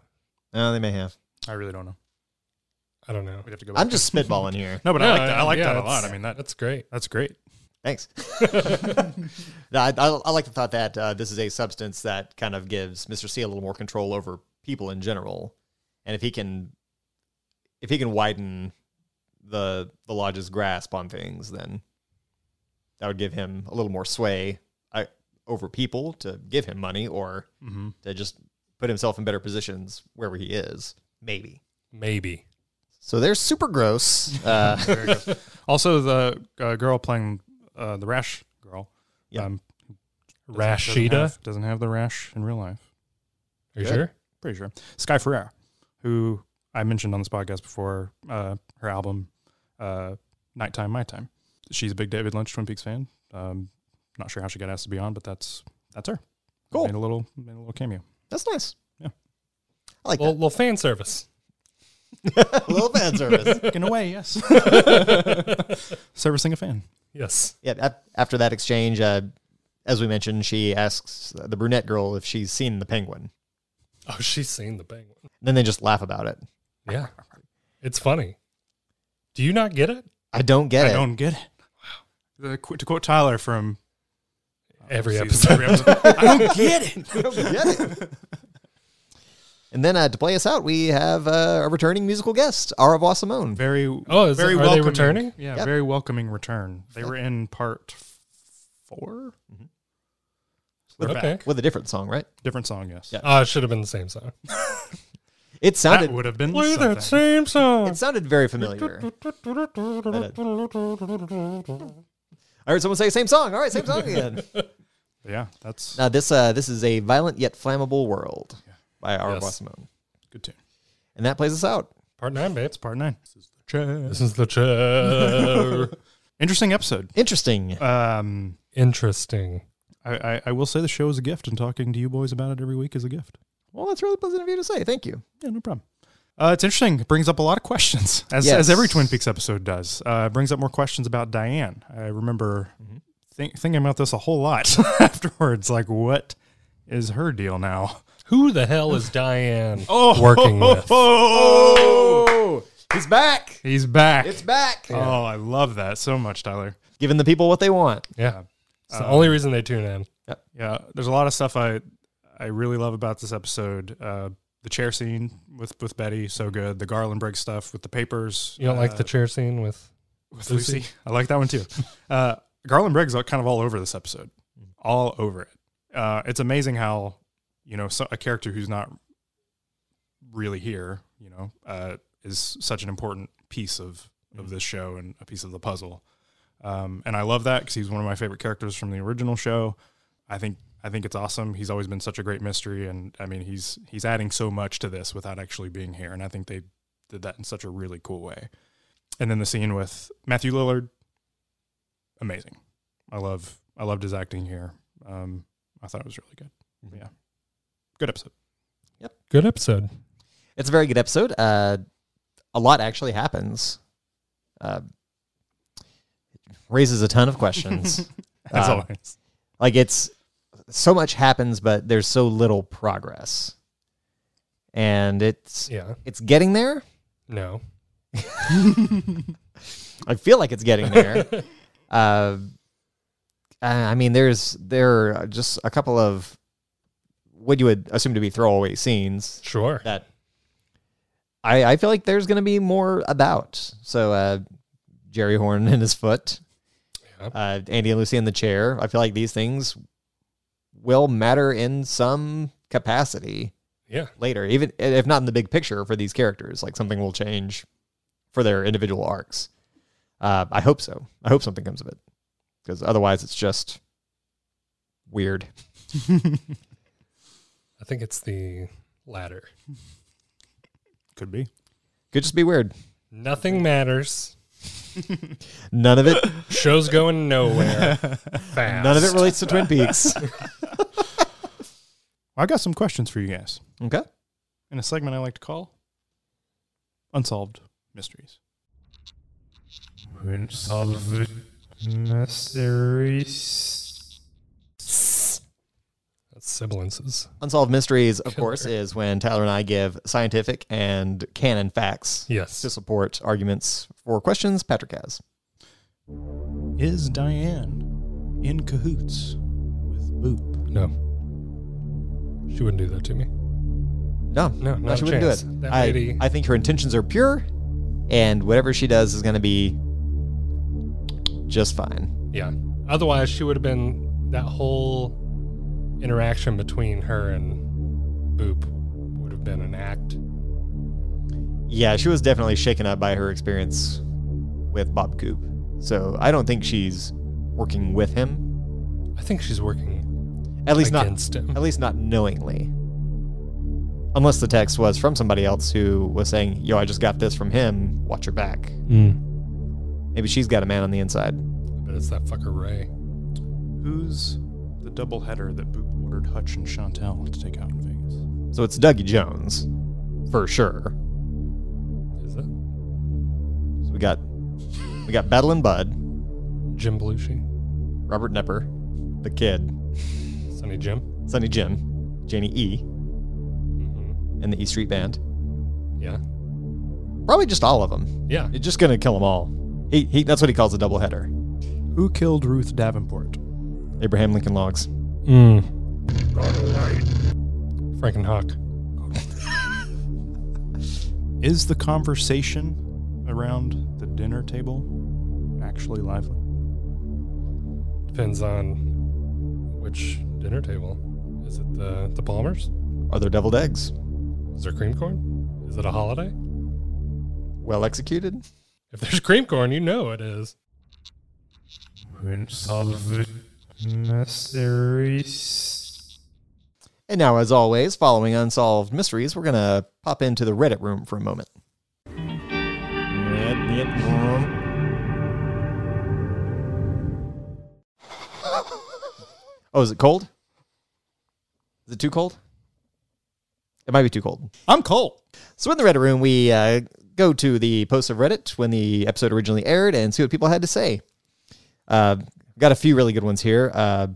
[SPEAKER 3] Oh, they may have.
[SPEAKER 1] I really don't know.
[SPEAKER 2] I don't know.
[SPEAKER 1] We'd have to go. Back
[SPEAKER 3] I'm just spitballing here.
[SPEAKER 1] no, but I
[SPEAKER 2] No,
[SPEAKER 1] like that. I like
[SPEAKER 2] yeah,
[SPEAKER 1] that a
[SPEAKER 2] that's-
[SPEAKER 1] lot. I mean that
[SPEAKER 2] That's great.
[SPEAKER 1] that's great.
[SPEAKER 3] Thanks. no, I, I, I like the thought that uh, this is a substance that kind of gives Mr. C a little more control over people in general, and if he can, if he can widen the the lodge's grasp on things, then that would give him a little more sway uh, over people to give him money or to just put himself in better positions wherever he is, maybe.
[SPEAKER 2] Maybe.
[SPEAKER 3] So they're super gross. Uh,
[SPEAKER 1] Also, the uh, girl playing uh, the rash girl.
[SPEAKER 3] Yeah.
[SPEAKER 1] Um,
[SPEAKER 2] Rashida.
[SPEAKER 1] Doesn't have, doesn't have the rash in real life.
[SPEAKER 2] Are you sure?
[SPEAKER 1] Pretty sure. Sky Ferreira, who I mentioned on this podcast before, uh, her album uh, "Nighttime My Time." She's a big David Lynch Twin Peaks fan. Um, not sure how she got asked to be on, but that's that's her.
[SPEAKER 3] Cool.
[SPEAKER 1] Made a little made a little cameo.
[SPEAKER 3] that's nice.
[SPEAKER 1] Yeah.
[SPEAKER 3] I like
[SPEAKER 2] Well, well, fan service.
[SPEAKER 3] that. A little fan service.
[SPEAKER 1] In a way, yes. Servicing a fan.
[SPEAKER 2] Yes.
[SPEAKER 3] Yeah. ap- After that exchange, uh, as we mentioned, she asks the brunette girl if she's seen the penguin.
[SPEAKER 2] Oh, she's seen the penguin.
[SPEAKER 3] Then they just laugh about it.
[SPEAKER 2] Yeah. It's funny. Do you not get it?
[SPEAKER 3] I don't get
[SPEAKER 1] I
[SPEAKER 3] it.
[SPEAKER 1] don't get it. The qu- to quote Tyler from Oh,
[SPEAKER 2] Every
[SPEAKER 1] season
[SPEAKER 2] episode.
[SPEAKER 1] three, episode- I don't get it.
[SPEAKER 3] And then uh, to play us out, we have uh, a returning musical guest, Aravois Simone.
[SPEAKER 1] Very
[SPEAKER 2] Oh, is it-
[SPEAKER 1] very
[SPEAKER 2] are they
[SPEAKER 1] welcoming.
[SPEAKER 2] returning?
[SPEAKER 1] Yeah,
[SPEAKER 3] Yep. Mm-hmm.
[SPEAKER 1] very welcoming return. They were in part four.
[SPEAKER 3] With,
[SPEAKER 2] Okay.
[SPEAKER 3] with a different song, right?
[SPEAKER 1] Different song, yes.
[SPEAKER 3] Yeah.
[SPEAKER 2] Uh, it should have been the same song.
[SPEAKER 3] It
[SPEAKER 1] That
[SPEAKER 3] sounded
[SPEAKER 1] would have been
[SPEAKER 2] Play
[SPEAKER 1] something.
[SPEAKER 2] that same song.
[SPEAKER 3] it sounded very familiar. uh, I heard someone say same song. All right, same song again.
[SPEAKER 1] Yeah, that's
[SPEAKER 3] now this uh, this is a violent yet flammable world by Ara
[SPEAKER 1] Yes.
[SPEAKER 3] Wasserman.
[SPEAKER 1] good tune.
[SPEAKER 3] and that plays us out.
[SPEAKER 2] Part nine, babe.
[SPEAKER 1] It's part nine. This is the chair.
[SPEAKER 2] This is the chair.
[SPEAKER 1] Interesting episode.
[SPEAKER 3] Interesting.
[SPEAKER 1] Um,
[SPEAKER 2] Interesting.
[SPEAKER 1] I, I, I will say the show is a gift, and talking to you boys about it every week is a gift.
[SPEAKER 3] Well, that's really pleasant of you to say. Thank you.
[SPEAKER 1] Yeah, no problem. Uh, it's interesting. It brings up a lot of questions, as,
[SPEAKER 3] Yes.
[SPEAKER 1] as every Twin Peaks episode does. Uh, it brings up more questions about Diane. I remember
[SPEAKER 3] Mm-hmm.
[SPEAKER 1] think, thinking about this a whole lot afterwards. Like, what is her deal now?
[SPEAKER 2] Who the hell is Diane working with?
[SPEAKER 1] Um,
[SPEAKER 3] Oh, he's back.
[SPEAKER 1] He's back.
[SPEAKER 3] It's back.
[SPEAKER 1] Oh, I love that so much, Tyler.
[SPEAKER 3] Giving the people what they want.
[SPEAKER 2] Yeah. It's the only reason they tune in.
[SPEAKER 1] Yeah, there's a lot of stuff I I really love about this episode. Uh, the chair scene with with Betty, so good. The Garland break stuff with the papers.
[SPEAKER 2] You don't like
[SPEAKER 1] uh,
[SPEAKER 2] the chair scene with
[SPEAKER 1] with Lucy. I like that one too. Uh, Garland Briggs are kind of all over this episode, all over it. Uh, it's amazing how you know so, a character who's not really here, you know, uh, is such an important piece of of this show and a piece of the puzzle. Um, and I love that because he's one of my favorite characters from the original show. I think I think it's awesome. He's always been such a great mystery, and I mean he's he's adding so much to this without actually being here. And I think they did that in such a really cool way and then the scene with Matthew Lillard, amazing. I love I loved his acting here. Um, I thought it was really good. Yeah, good episode.
[SPEAKER 2] good episode.
[SPEAKER 3] It's a very good episode. Uh, a lot actually happens. Uh, it raises a ton of questions.
[SPEAKER 1] As
[SPEAKER 3] Uh,
[SPEAKER 1] always,
[SPEAKER 3] like it's so much happens, but there's so little progress, and it's
[SPEAKER 2] Yeah.
[SPEAKER 3] it's getting there.
[SPEAKER 2] No.
[SPEAKER 3] I feel like it's getting there. uh, I mean, there's there are just a couple of what you would assume to be throwaway scenes
[SPEAKER 2] Sure.
[SPEAKER 3] that I I feel like there's going to be more about. So uh, Jerry Horn and his foot,
[SPEAKER 2] Yeah.
[SPEAKER 3] uh, Andy and Lucy in the chair. I feel like these things will matter in some capacity
[SPEAKER 2] Yeah.
[SPEAKER 3] later, even eh, if not in the big picture for these characters, like something will change for their individual arcs. Uh, I hope so. I hope something comes of it because otherwise it's just weird.
[SPEAKER 2] I think it's the latter.
[SPEAKER 1] could be.
[SPEAKER 3] Could just be weird.
[SPEAKER 2] Nothing matters.
[SPEAKER 3] None of it.
[SPEAKER 2] Show's going nowhere. Fast.
[SPEAKER 3] none of it relates to Twin Peaks.
[SPEAKER 1] Well, I got some questions for you guys
[SPEAKER 3] okay.
[SPEAKER 1] in a segment I like to call "Unsolved Mysteries."
[SPEAKER 2] Unsolved mysteries. That's sibilances.
[SPEAKER 3] Unsolved mysteries, of course, is when Tyler and I give scientific and canon facts
[SPEAKER 2] Yes.
[SPEAKER 3] to support arguments for questions Patrick has.
[SPEAKER 1] Is Diane in cahoots with Boop?
[SPEAKER 2] no. She wouldn't do that to me.
[SPEAKER 3] No,
[SPEAKER 2] No, not
[SPEAKER 3] she
[SPEAKER 2] a
[SPEAKER 3] wouldn't do
[SPEAKER 2] chance.
[SPEAKER 3] it.
[SPEAKER 2] That
[SPEAKER 3] I,
[SPEAKER 2] lady-
[SPEAKER 3] I think her intentions are pure, and whatever she does is going to be just fine.
[SPEAKER 2] Yeah. Otherwise, she would have been that whole interaction between her and Boop would have been an act.
[SPEAKER 3] Yeah, she was definitely shaken up by her experience with Bob Coop, so I don't think she's working with him.
[SPEAKER 2] I think she's working
[SPEAKER 3] At least not.
[SPEAKER 2] against him.
[SPEAKER 3] At least not knowingly. Unless the text was from somebody else who was saying, "Yo, I just got this from him. Watch your back."
[SPEAKER 2] Mm.
[SPEAKER 3] Maybe she's got a man on the inside.
[SPEAKER 2] But it's that fucker Ray.
[SPEAKER 1] Who's the doubleheader that Boop ordered Hutch and Chantel to take out in Vegas?
[SPEAKER 3] So it's Dougie Jones, for sure.
[SPEAKER 2] Is it?
[SPEAKER 3] So we got we got Battle and Bud,
[SPEAKER 2] Jim Belushi.
[SPEAKER 3] Robert Nepper, the kid,
[SPEAKER 2] Sonny Jim.
[SPEAKER 3] Sonny Jim, Janie E,
[SPEAKER 2] Mm-hmm.
[SPEAKER 3] and the E Street Band.
[SPEAKER 2] Yeah.
[SPEAKER 3] Probably just all of them.
[SPEAKER 2] Yeah.
[SPEAKER 3] It's just gonna kill them all. He, he that's what he calls a doubleheader.
[SPEAKER 1] Who killed Ruth Davenport?
[SPEAKER 3] Abraham Lincoln Logs.
[SPEAKER 2] Mm. Frankenhawk.
[SPEAKER 1] Is the conversation around the dinner table actually lively?
[SPEAKER 2] Depends on which dinner table. Is it the the Palmers?
[SPEAKER 3] Are there deviled eggs?
[SPEAKER 2] Is there cream corn? Is it a holiday?
[SPEAKER 3] Well executed?
[SPEAKER 2] If there's cream corn, you know it is.
[SPEAKER 1] Prince of Mysteries.
[SPEAKER 3] And now, as always, following Unsolved Mysteries, we're going to pop into the Reddit room for a moment. Oh, is it cold? Is it too cold? It might be too cold.
[SPEAKER 1] I'm cold.
[SPEAKER 3] So in the Reddit room, we uh, go to the posts of Reddit when the episode originally aired and see what people had to say. Uh, got a few really good ones here uh,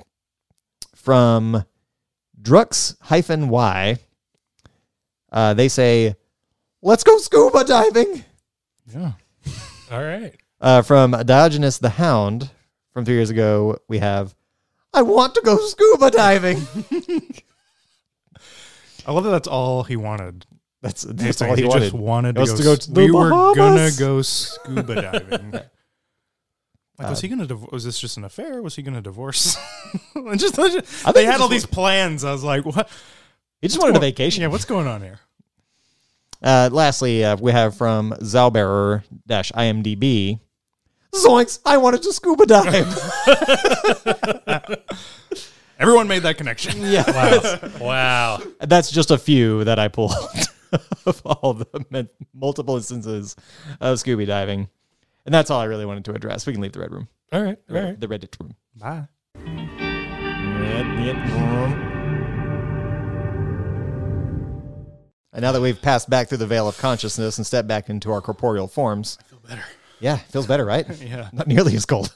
[SPEAKER 3] from Drux hyphen Y. Uh, they say, "Let's go scuba diving."
[SPEAKER 1] Yeah.
[SPEAKER 2] All right.
[SPEAKER 3] Uh, from Diogenes the Hound from three years ago, we have, "I want to go scuba diving."
[SPEAKER 1] I love that that's all he wanted.
[SPEAKER 3] that's that's all he, wanted.
[SPEAKER 1] just wanted to
[SPEAKER 3] Wants
[SPEAKER 1] go,
[SPEAKER 3] to go
[SPEAKER 1] s-
[SPEAKER 3] to the
[SPEAKER 1] We were gonna
[SPEAKER 3] Bahamas.
[SPEAKER 1] go scuba diving. Like,
[SPEAKER 3] Uh,
[SPEAKER 1] was he gonna? Div- was this just an affair? Was he gonna divorce? And just,
[SPEAKER 3] I think
[SPEAKER 1] they
[SPEAKER 3] he
[SPEAKER 1] had all
[SPEAKER 3] just
[SPEAKER 1] these plans. I was like, what?
[SPEAKER 3] he just wanted a
[SPEAKER 1] what-
[SPEAKER 3] vacation.
[SPEAKER 1] Yeah, what's going on here?
[SPEAKER 3] Uh, lastly, uh, we have from Zauberer IMDb. Zoinks, I wanted to scuba dive.
[SPEAKER 1] Everyone made that connection.
[SPEAKER 3] yeah.
[SPEAKER 2] Wow. wow.
[SPEAKER 3] That's just a few that I pulled of all the men- multiple instances of scuba diving. And that's all I really wanted to address. We can leave the red room,
[SPEAKER 2] All right. All right.
[SPEAKER 3] the Reddit room.
[SPEAKER 1] Bye.
[SPEAKER 3] And now that we've passed back through the veil of consciousness and stepped back into our corporeal forms, I feel better. Yeah, feels better, right?
[SPEAKER 1] Yeah.
[SPEAKER 3] Not nearly as cold.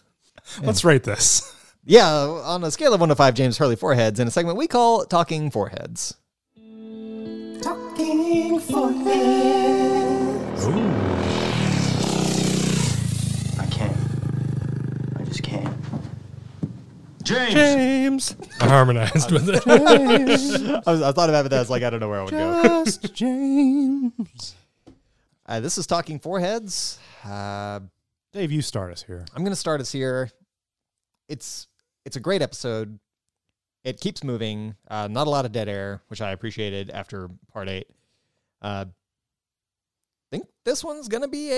[SPEAKER 1] Let's rate this.
[SPEAKER 3] Yeah, on a scale of one to five, James Hurley foreheads in a segment we call Talking Foreheads.
[SPEAKER 5] I can't. I just can't. James!
[SPEAKER 2] James. I harmonized with it.
[SPEAKER 3] I, was, I thought about it, but I was like, I don't know where I would go.
[SPEAKER 1] James.
[SPEAKER 3] Uh, this is Talking Foreheads. Uh,
[SPEAKER 1] Dave, you start us here.
[SPEAKER 3] I'm going to start us here. It's it's a great episode. It keeps moving. Uh, not a lot of dead air, which I appreciated after part eight. Uh, think this one's going to be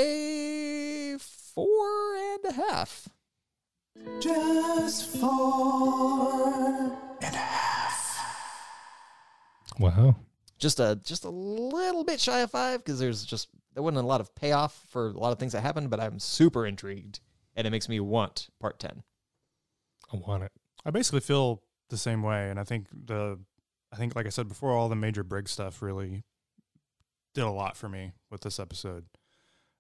[SPEAKER 3] a four and a half.
[SPEAKER 2] wow.
[SPEAKER 3] just a just a little bit shy of five because there's just there wasn't a lot of payoff for a lot of things that happened, but I'm super intrigued and it makes me want part ten.
[SPEAKER 2] I want it.
[SPEAKER 1] I basically feel the same way, and I think the, I think like I said before, all the major Briggs stuff really did a lot for me with this episode.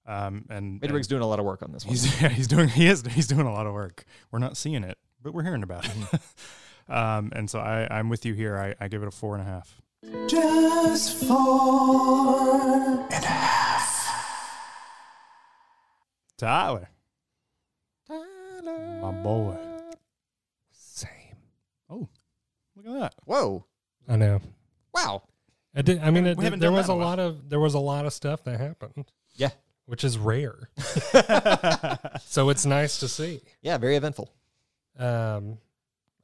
[SPEAKER 1] Um, and and
[SPEAKER 3] Midrig's doing a lot of work on this one.
[SPEAKER 1] he's yeah, he's doing he is he's doing a lot of work. We're not seeing it, but we're hearing about it. um, and so I I'm with you here. I, I give it a four and a half. Just four and a half. Tyler, my boy.
[SPEAKER 2] Same.
[SPEAKER 1] Look at that.
[SPEAKER 3] Whoa.
[SPEAKER 2] I know.
[SPEAKER 3] Wow.
[SPEAKER 2] I did. I mean, it,
[SPEAKER 1] We haven't
[SPEAKER 2] there
[SPEAKER 1] done
[SPEAKER 2] was
[SPEAKER 1] that
[SPEAKER 2] a
[SPEAKER 1] in a
[SPEAKER 2] lot of there was a lot of stuff that happened.
[SPEAKER 3] Yeah.
[SPEAKER 2] which is rare. so it's nice to see.
[SPEAKER 3] Yeah, very eventful.
[SPEAKER 2] Um,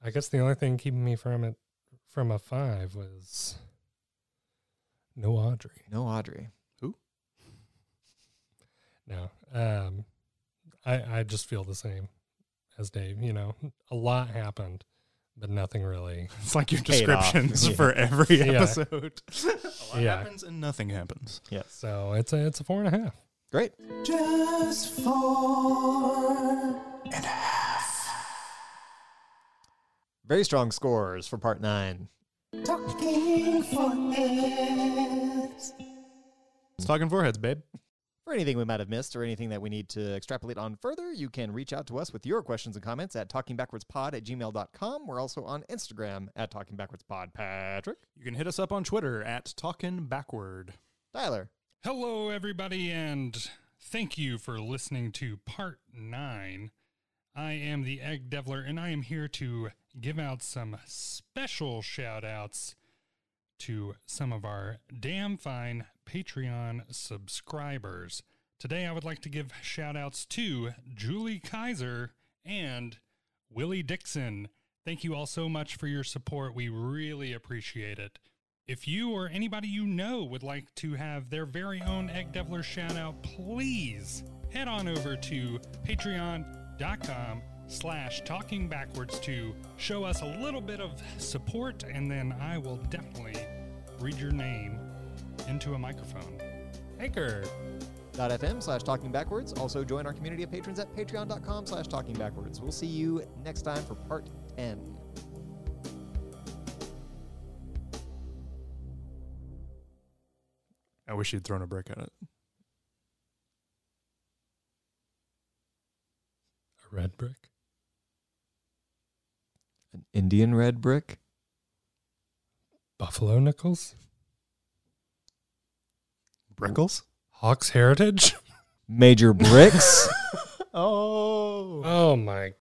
[SPEAKER 2] I guess the only thing keeping me from it from a five was no Audrey.
[SPEAKER 3] No Audrey.
[SPEAKER 2] No, um, I I just feel the same as Dave. You know, a lot happened, but nothing really.
[SPEAKER 1] It's like your
[SPEAKER 3] Paid off.
[SPEAKER 1] descriptions
[SPEAKER 3] Yeah.
[SPEAKER 1] for every
[SPEAKER 2] Yeah.
[SPEAKER 1] episode. a lot
[SPEAKER 2] Yeah.
[SPEAKER 1] happens and nothing happens.
[SPEAKER 3] Yes.
[SPEAKER 2] So it's a it's a four and a half.
[SPEAKER 3] Great. Very strong scores for part nine.
[SPEAKER 1] It's talking foreheads, babe.
[SPEAKER 3] For anything we might have missed or anything that we need to extrapolate on further, you can reach out to us with your questions and comments at talkingbackwardspod at gmail.com. We're also on Instagram at talkingbackwardspod. Patrick,
[SPEAKER 1] You can hit us up on Twitter at Talking Backward.
[SPEAKER 3] Tyler,
[SPEAKER 2] Hello, everybody, and thank you for listening to part nine. I am the Egg Devler, and I am here to give out some special shout outs to some of our damn fine Patreon subscribers. Today, I would like to give shout outs to Julie Kaiser and Willie Dixon. Thank you all so much for your support. We really appreciate it. If you or anybody you know would like to have their very own Egg Deviler shout out, please head on over to patreon.com slash talking backwards to show us a little bit of support, and then I will definitely read your name into a microphone. Anchor.
[SPEAKER 3] anchor.fm slash talking backwards. Also join our community of patrons at patreon.com slash talking backwards. We'll see you next time for part 10.
[SPEAKER 1] I wish you'd thrown a brick at it.
[SPEAKER 2] A red brick?
[SPEAKER 3] An Indian red brick?
[SPEAKER 2] Buffalo Nickels?
[SPEAKER 1] Brickles?
[SPEAKER 2] Hawks Heritage?
[SPEAKER 3] Major bricks?
[SPEAKER 1] Oh.
[SPEAKER 2] Oh my